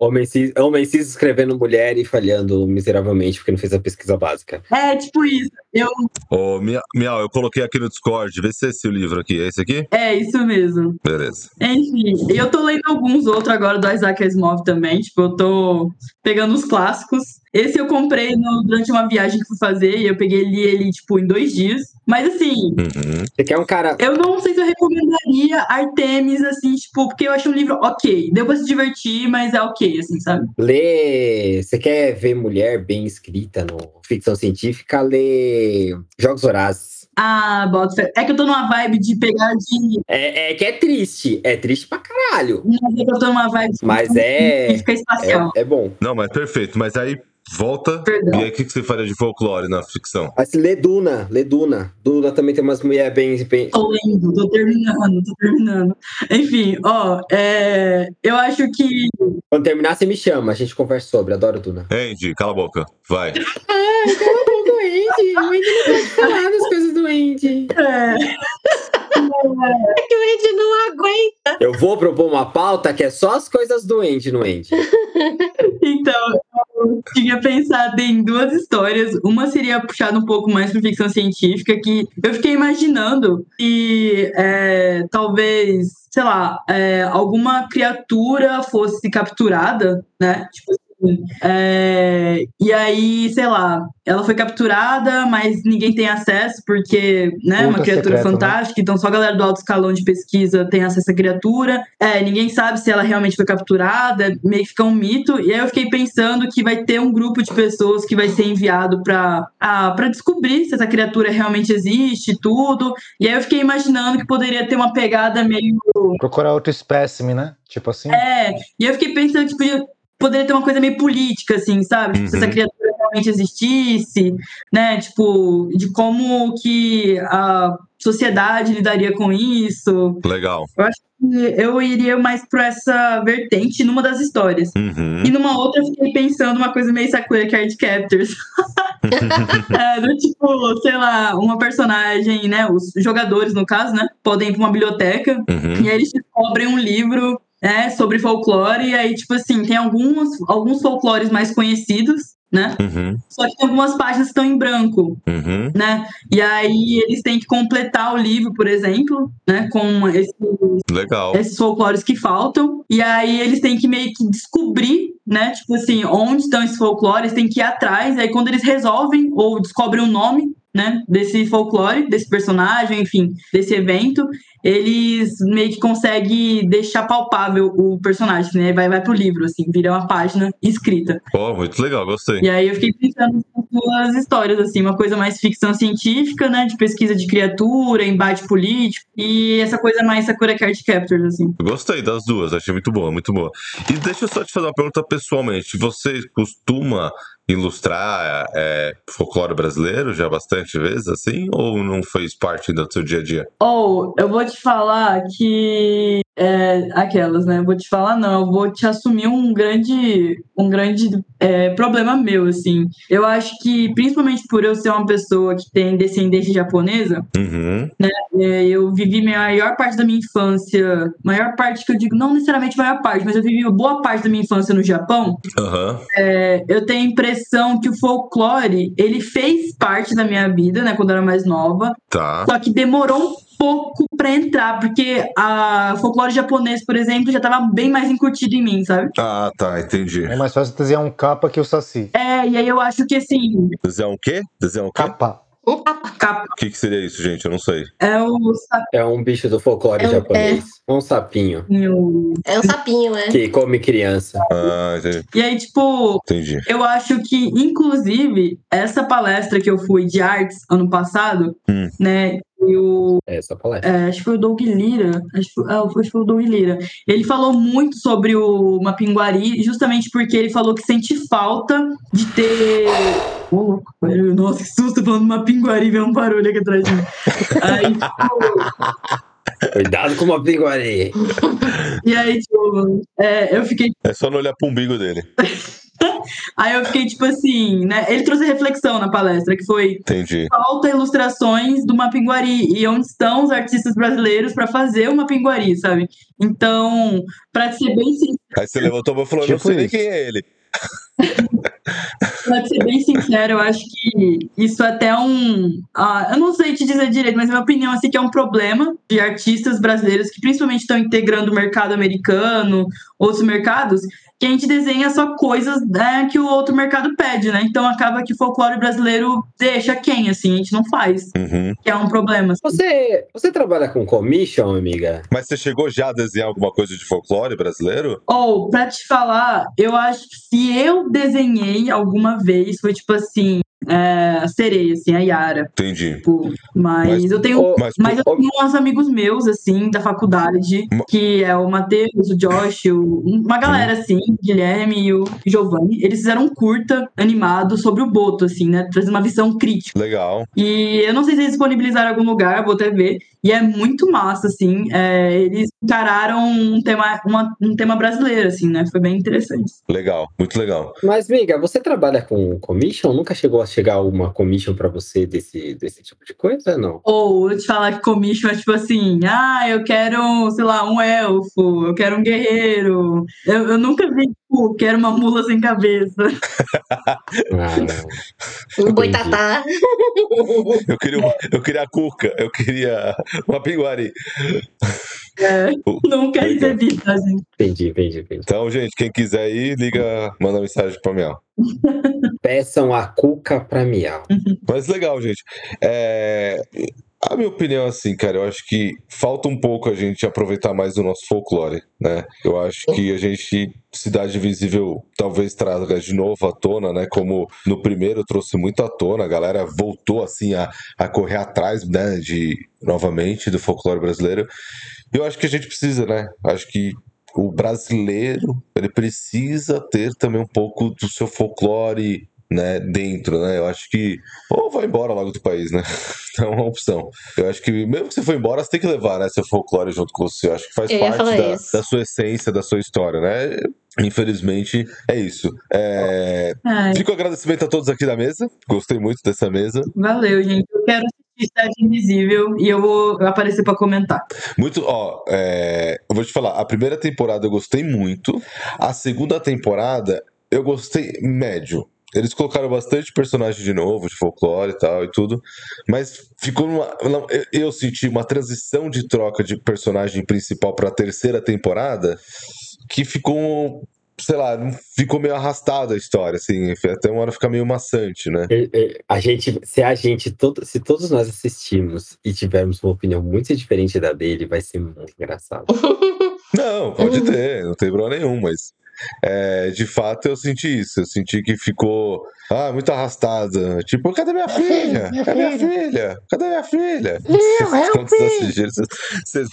S3: Homem cis, homem cis escrevendo mulher e falhando miseravelmente porque não fez a pesquisa básica.
S6: é tipo isso. Eu,
S2: Ô, Mia- Miau, eu coloquei aqui no Discord. Vê se é esse o livro aqui. É esse aqui?
S6: é isso mesmo.
S2: Beleza.
S6: Enfim, eu tô lendo alguns outros agora do Isaac Asimov também. Tipo, eu tô pegando os clássicos. Esse eu comprei no- durante uma viagem que fui fazer e eu peguei li ele, tipo, em dois dias. Mas assim,
S2: Uhum.
S3: Você quer um cara.
S6: Eu não sei se eu recomendaria Artemis, assim, tipo, porque eu achei um livro ok. Deu pra se divertir, mas é ok, assim, sabe?
S3: Lê. Você quer ver mulher bem escrita no ficção científica? Lê Jogos Horazes.
S6: Ah, bota fé. É que eu tô numa vibe de pegar de.
S3: É, é que é triste. É triste pra caralho.
S6: Mas é que eu tô numa vibe de
S3: Mas é.
S6: científica espacial.
S3: É, é bom.
S2: Não, mas perfeito. Mas aí volta.
S6: Perdão.
S2: E aí, o que, que você faria de folclore na ficção?
S3: Mas lê Duna. Lê Duna. Duna também tem umas mulheres bem, bem.
S6: Tô lendo, tô terminando, tô terminando. Enfim, ó, é, eu acho que.
S3: Quando terminar, você me chama. A gente conversa sobre. Adoro Duna.
S2: Andy, cala a boca. Vai.
S7: do Andy. O Andy não pode falar das coisas do Andy.
S6: É,
S4: É que o Andy não aguenta.
S3: Eu vou propor uma pauta que é só as coisas do Andy no Andy.
S6: Então, eu tinha pensado em duas histórias. Uma seria puxada um pouco mais para ficção científica, que eu fiquei imaginando que é, talvez, sei lá, é, alguma criatura fosse capturada, né? Tipo assim, é, e aí, sei lá, ela foi capturada, mas ninguém tem acesso, porque, né, é uma
S5: Ultra
S6: criatura
S5: secreto, né?
S6: fantástica, então só a galera do alto escalão de pesquisa tem acesso à criatura. É, ninguém sabe se ela realmente foi capturada, meio que fica um mito. E aí eu fiquei pensando que vai ter um grupo de pessoas que vai ser enviado pra, a- pra descobrir se essa criatura realmente existe e tudo. E aí eu fiquei imaginando que poderia ter uma pegada meio.
S5: Procurar outro espécime, né? Tipo assim.
S6: É, e eu fiquei pensando que podia- poderia ter uma coisa meio política, assim, sabe? Tipo, se
S2: Uhum.
S6: essa criatura realmente existisse, né? Tipo, de como que a sociedade lidaria com isso.
S2: Legal.
S6: E eu iria mais pra essa vertente numa das histórias.
S2: Uhum.
S6: E numa outra eu fiquei pensando uma coisa meio Sakura Card Captors. É, do tipo, sei lá, uma personagem, né? Os jogadores, no caso, né? Podem ir pra uma biblioteca
S2: Uhum.
S6: e aí eles descobrem um livro né, sobre folclore. E aí, tipo assim, tem alguns, alguns folclores mais conhecidos, né?
S2: Uhum.
S6: Só que tem algumas páginas que estão em branco
S2: Uhum.
S6: né? E aí eles têm que completar o livro, por exemplo, né? Com esse-
S2: Legal.
S6: esses folclores que faltam. E aí eles têm que meio que descobrir, né? Tipo assim, onde estão esses folclores, tem que ir atrás. Aí quando eles resolvem ou descobrem o nome. Né, desse folclore, desse personagem, enfim, desse evento, eles meio que conseguem deixar palpável o personagem, né? Vai, vai pro livro, assim, vira uma página escrita.
S2: Ó, muito legal, gostei.
S6: E aí eu fiquei pensando em duas histórias, assim, uma coisa mais ficção científica, né? De pesquisa de criatura, embate político, e essa coisa mais Sakura Card Captors, assim.
S2: Gostei das duas, achei muito boa, muito boa. E deixa eu só te fazer uma pergunta pessoalmente. Você costuma ilustrar é, folclore brasileiro já bastante vezes, assim? Ou não fez parte do seu dia a dia?
S6: Ou eu vou te falar que. é, aquelas, né? Eu vou te falar, não, eu vou te assumir um grande, um grande é, problema meu, assim. Eu acho que, principalmente por eu ser uma pessoa que tem descendência japonesa,
S2: Uhum,
S6: É, eu vivi minha maior parte da minha infância, maior parte que eu digo, não necessariamente maior parte, mas eu vivi uma boa parte da minha infância no Japão.
S2: aham,
S6: É, eu tenho a impressão que o folclore, ele fez parte da minha vida, né, quando eu era mais nova,
S2: tá.
S6: só que demorou um pouco pra entrar, porque a o folclore japonês, por exemplo, já tava bem mais encurtido em mim, sabe?
S2: Ah, tá, entendi.
S5: É mais fácil desenhar um capa que o saci.
S6: É, e aí eu acho que assim,
S2: Desenhar um quê? Desenhar um quê?
S5: Capa.
S6: capa-
S2: O que, que seria isso, gente? Eu não sei.
S6: é o
S3: É um bicho do folclore
S4: É um-
S3: japonês. Um sapinho
S6: sapinho.
S4: É um sapinho, é.
S3: que come criança.
S2: Ah, entendi.
S6: E aí, tipo,
S2: entendi.
S6: Eu acho que, inclusive, essa palestra que eu fui de artes ano passado,
S2: Hum.
S6: né? E o,
S3: É essa palestra.
S6: é, acho que foi o Doug Lira. Acho, que foi- ah, acho que foi o Doug Lira. Ele falou muito sobre o Mapinguari, justamente porque ele falou que sente falta de ter. Ô, louco, velho, nossa, que susto falando Mapinguari, veio um barulho aqui atrás de mim. Aí, tipo,
S3: Cuidado com uma pinguari.
S6: e aí, tipo, é, eu fiquei
S2: É só não olhar pro umbigo dele.
S6: Aí eu fiquei tipo assim, né? Ele trouxe a reflexão na palestra, que foi
S2: Entendi.
S6: falta ilustrações do Mapinguari e onde estão os artistas brasileiros pra fazer o Mapinguari, sabe? Então, pra ser bem sin-
S2: Aí você levantou a mão e falou: não
S5: Tipo
S2: sei nem
S5: isso.
S2: quem é ele.
S6: Pra ser bem sincero, eu acho que isso até é um. ah, eu não sei te dizer direito, mas na minha opinião, assim, que é um problema de artistas brasileiros que principalmente estão integrando o mercado americano, outros mercados, que a gente desenha só coisas né, que o outro mercado pede, né? Então acaba que o folclore brasileiro deixa quem, assim, a gente não faz,
S2: Uhum.
S6: que é um problema. assim.
S3: Você, você trabalha com commission, amiga?
S2: Mas você chegou já a desenhar alguma coisa de folclore brasileiro?
S6: Ou, pra te falar, eu acho que se eu desenhei alguma vez, foi tipo assim, é, a sereia, assim, a Yara.
S2: Entendi.
S6: tipo, mas,
S2: Mas-
S6: eu tenho. um
S3: Ô,
S2: Mas,
S6: Mas eu
S3: ô-
S6: tenho uns amigos meus, assim, da faculdade,
S2: Ma-
S6: que é o Matheus, o Josh, o- uma galera, assim, o Guilherme e o Giovanni, eles fizeram um curta animado sobre o Boto, assim, né? Trazendo uma visão crítica.
S2: legal.
S6: E eu não sei se eles disponibilizaram em algum lugar, vou até ver. E é muito massa, assim. é, eles encararam um tema, uma- um tema brasileiro, assim, né? Foi bem interessante.
S2: Legal, muito legal.
S3: Mas, amiga, você trabalha com commission? Nunca chegou a chegar uma commission pra você desse, desse tipo de coisa, não?
S6: Ou eu te falar que commission é tipo assim, ah, eu quero, sei lá, um elfo, eu quero um guerreiro. Eu, eu nunca vi, tipo, quero uma mula sem cabeça.
S3: Ah, não.
S4: Um
S3: Entendi.
S4: boitatá.
S2: Eu queria, uma- eu queria a cuca, eu queria uma pinguari.
S6: É, nunca
S2: Legal.
S6: recebi, tá, gente?
S3: Entendi, entendi, entendi.
S2: Então, gente, quem quiser aí, liga, manda mensagem pra Miau.
S3: Peçam a cuca pra miau.
S2: Mas legal, gente. É, A minha opinião, é assim, cara, eu acho que falta um pouco a gente aproveitar mais o nosso folclore, né? Eu acho que a gente, Cidade Visível, talvez traga de novo à tona, né? Como no primeiro trouxe muito à tona, a galera voltou, assim, a, a correr atrás, né? De, novamente, do folclore brasileiro. Eu acho que a gente precisa, né? Acho que o brasileiro ele precisa ter também um pouco do seu folclore, né, dentro, né? Eu acho que ou vai embora logo do país, né? Então é uma opção. Eu acho que mesmo que você for embora, você tem que levar, né, seu folclore junto com você. Eu acho que faz
S4: Eu ia
S2: parte
S4: falar
S2: da,
S4: isso.
S2: da sua essência, da sua história, né? Infelizmente, é isso. É,
S6: Ai,
S2: Fico agradecimento a todos aqui da mesa. Gostei muito dessa mesa.
S6: valeu, gente. Eu quero assistir Cidade Invisível e eu vou aparecer pra comentar.
S2: Muito, ó, é, eu vou te falar, a primeira temporada eu gostei muito, a segunda temporada eu gostei médio. Eles colocaram bastante personagem de novo, de folclore e tal e tudo, mas ficou numa. não, eu- Eu senti uma transição de troca de personagem principal pra terceira temporada que ficou, sei lá, ficou meio arrastada a história, assim, até uma hora fica meio maçante, né?
S3: Eu- eu- A gente, se a gente, todo, se todos nós assistirmos e tivermos uma opinião muito diferente da dele, vai ser muito engraçado.
S2: Não, pode
S4: Uhum.
S2: ter, não tem problema nenhum, mas é, de fato eu senti isso. Eu senti que ficou ah, muito arrastada. Tipo, cadê minha filha?
S4: minha
S2: Cadê minha filha? Cadê minha filha?
S4: Não, é
S2: Quando vocês assistirem, vocês- vocês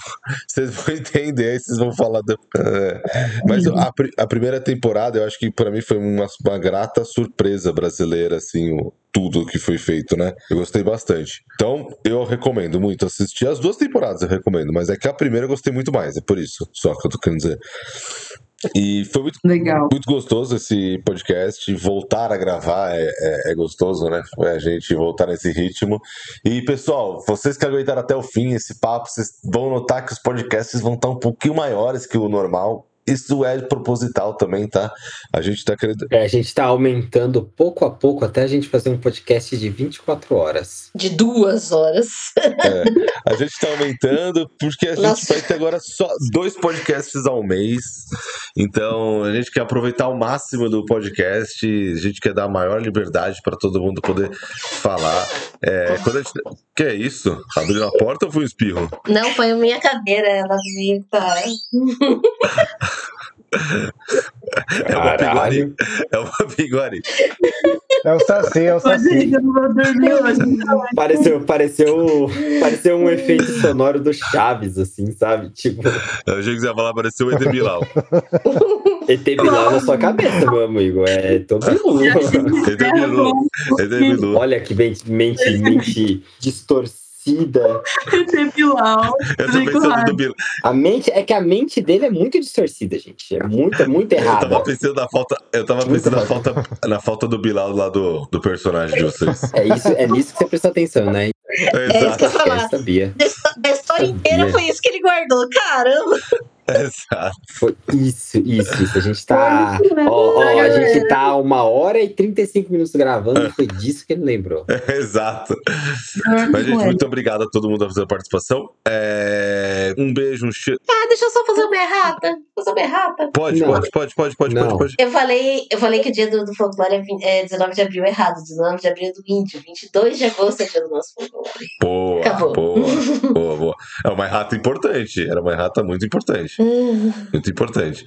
S2: vocês vão entender, aí vocês vão falar. da- é. Mas a, pri- a primeira temporada, eu acho que pra mim foi uma, uma grata surpresa brasileira, assim, o- tudo que foi feito, né? Eu gostei bastante. Então, eu recomendo muito assistir. As duas temporadas eu recomendo, mas é que a primeira eu gostei muito mais, é por isso só que eu tô querendo dizer. E foi muito,
S6: Legal.
S2: muito gostoso esse podcast. Voltar a gravar é, é- é gostoso, né? É a gente voltar nesse ritmo. E, pessoal, vocês que aguentaram até o fim esse papo, vocês vão notar que os podcasts vão estar um pouquinho maiores que o normal. Isso é proposital também, tá? A gente tá querendo.
S3: É, a gente tá aumentando pouco a pouco até a gente fazer um podcast de 24 horas.
S4: De duas horas.
S2: É, a gente tá aumentando porque a gente
S4: Nossa.
S2: vai ter agora só dois podcasts ao mês. Então, a gente quer aproveitar o máximo do podcast, a gente quer dar a maior liberdade para todo mundo poder falar. É, quando a gente... Que é isso? Abriu a porta ou foi um espirro?
S4: Não, foi a minha cadeira, ela veio pra...
S2: É uma pinguari. É uma pinguari.
S5: É o Saci, é o
S2: Tá
S6: Ô,
S5: Saci.
S6: gente, eu não vou dormir hoje.
S3: Pareceu, pareceu, pareceu um efeito sonoro do Chaves, assim, sabe? Tipo,
S2: Eu achei que você ia falar, pareceu o Edebilau.
S3: ET Bilau na sua cabeça, meu amigo. É, tô
S6: Já
S3: bilu.
S6: se encerra
S2: Edebilu.
S6: com-
S2: Edebilu.
S3: Olha que mente, mente, mente distorcida.
S6: Bilau.
S2: Eu tô
S6: Fico
S2: pensando
S6: lá.
S2: do Bilal.
S3: A mente, é que a mente dele é muito distorcida, gente. É muito, é muito
S2: Eu
S3: errada.
S2: tava pensando na falta. Eu tava
S3: Muito
S2: pensando na falta, na falta do Bilal lá do, do personagem de vocês.
S3: É, isso, é nisso que você prestou atenção, né? Então,
S4: É isso que eu ia
S2: Exato,
S4: falar.
S3: sabia.
S4: Da histó- da história inteira foi isso que ele guardou. Caramba!
S2: exato.
S3: Foi isso, isso, isso. A gente tá.
S4: né?
S7: Olha,
S3: Ó, ó, a
S7: galera.
S3: gente tá uma hora e 35 minutos gravando e foi disso que ele lembrou.
S2: Exato. Mas, gente, muito obrigado a todo mundo pela participação. É, Um beijo, um cheiro.
S4: Ah, deixa eu só fazer uma errata. Fazer uma errata.
S2: Pode,
S3: Não.
S2: pode, pode, pode, pode,
S3: Não.
S2: pode, pode.
S4: Eu falei, eu falei que o dia do, do folclore é, vin- é 19 de abril errado. 19 de abril é do índio. 22 de agosto é dia do nosso folclore.
S2: Boa,
S4: Acabou.
S2: boa, boa, boa. É uma errata importante. Era uma errata muito importante.
S4: Hum,
S2: Muito importante.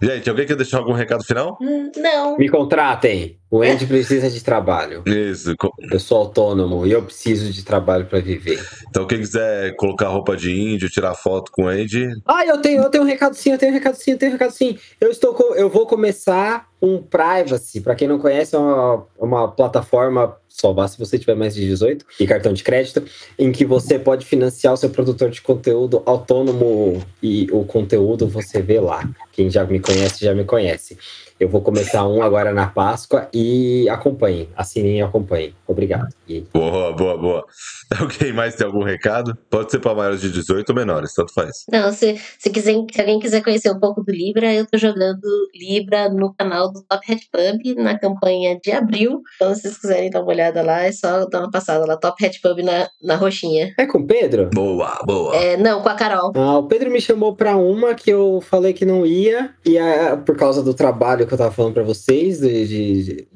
S2: Gente, alguém quer deixar algum recado final?
S4: Não.
S3: Me contratem. O Andy precisa de trabalho.
S2: Isso. co-
S3: Eu sou autônomo e eu preciso de trabalho pra viver.
S2: Então, quem quiser colocar roupa de índio, tirar foto com o Andy,
S3: Ah, eu tenho, eu tenho um recado sim, eu tenho um recado sim, eu tenho um recado sim. Eu estou, co- eu vou começar um privacy. Pra quem não conhece, é uma, uma plataforma só vá se você tiver mais de 18 e cartão de crédito, em que você pode financiar o seu produtor de conteúdo autônomo e o conteúdo você vê lá. Quem já me conhece já me conhece. Eu vou começar um agora na Páscoa e acompanhem, assinem e acompanhem. Obrigado. E
S2: Boa, boa, boa. Alguém mais tem algum recado? Pode ser para maiores de 18 ou menores, tanto faz.
S4: Não, se, se, quiser, se alguém quiser conhecer um pouco do Libra, eu tô jogando Libra no canal do Top Hat Pub na campanha de abril. Então, se vocês quiserem dar uma olhada lá, é só dar uma passada lá, Top Hat Pub na, na roxinha.
S3: é com o Pedro?
S2: Boa, boa.
S4: É, não, com a Carol.
S3: Ah, o Pedro me chamou pra uma que eu falei que não ia, e ah, por causa do trabalho que eu tava falando pra vocês, de, de- de- de-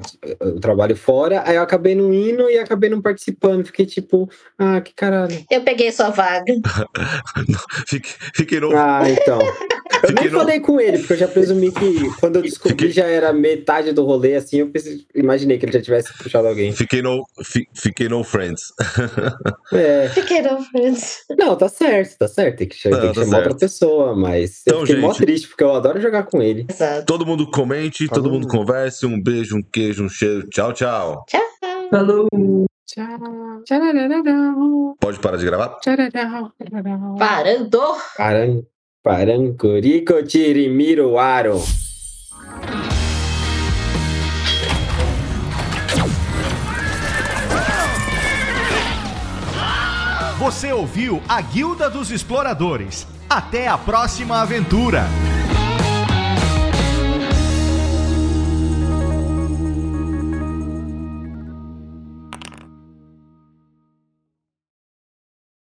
S3: o trabalho fora, aí eu acabei não indo e acabei não participando. Fiquei tipo, ah, que caralho.
S4: Eu peguei sua vaga.
S2: Fique, fiquei no.
S3: Ah, então. Eu
S2: Fiquei
S3: nem
S2: no-
S3: falei com ele, porque eu já presumi que quando
S2: Fiquei-
S3: eu descobri já era metade do rolê, assim, eu pensei- imaginei que ele já tivesse puxado alguém.
S2: Fiquei no, fi- fiquei no friends.
S3: É.
S4: Fiquei na frente.
S3: Não, tá certo, tá certo. Tem que, ch-
S2: Não,
S3: tem que
S2: tá
S3: chamar outra
S2: certo.
S3: pessoa, mas
S2: Então,
S3: eu fiquei mó
S2: gente-
S3: triste, porque eu adoro jogar com ele.
S4: Exato.
S2: Todo mundo comente, todo
S5: Falou.
S2: mundo converse. Um beijo, um queijo, um cheiro. Tchau, tchau.
S6: Falou.
S7: Tchau. Tcharararau.
S2: Pode parar de gravar?
S7: Tchararau. tchararau.
S4: Parando!
S3: Paran, Parancurico Tirimiruaro.
S1: Você ouviu a Guilda dos Exploradores. Até a próxima aventura!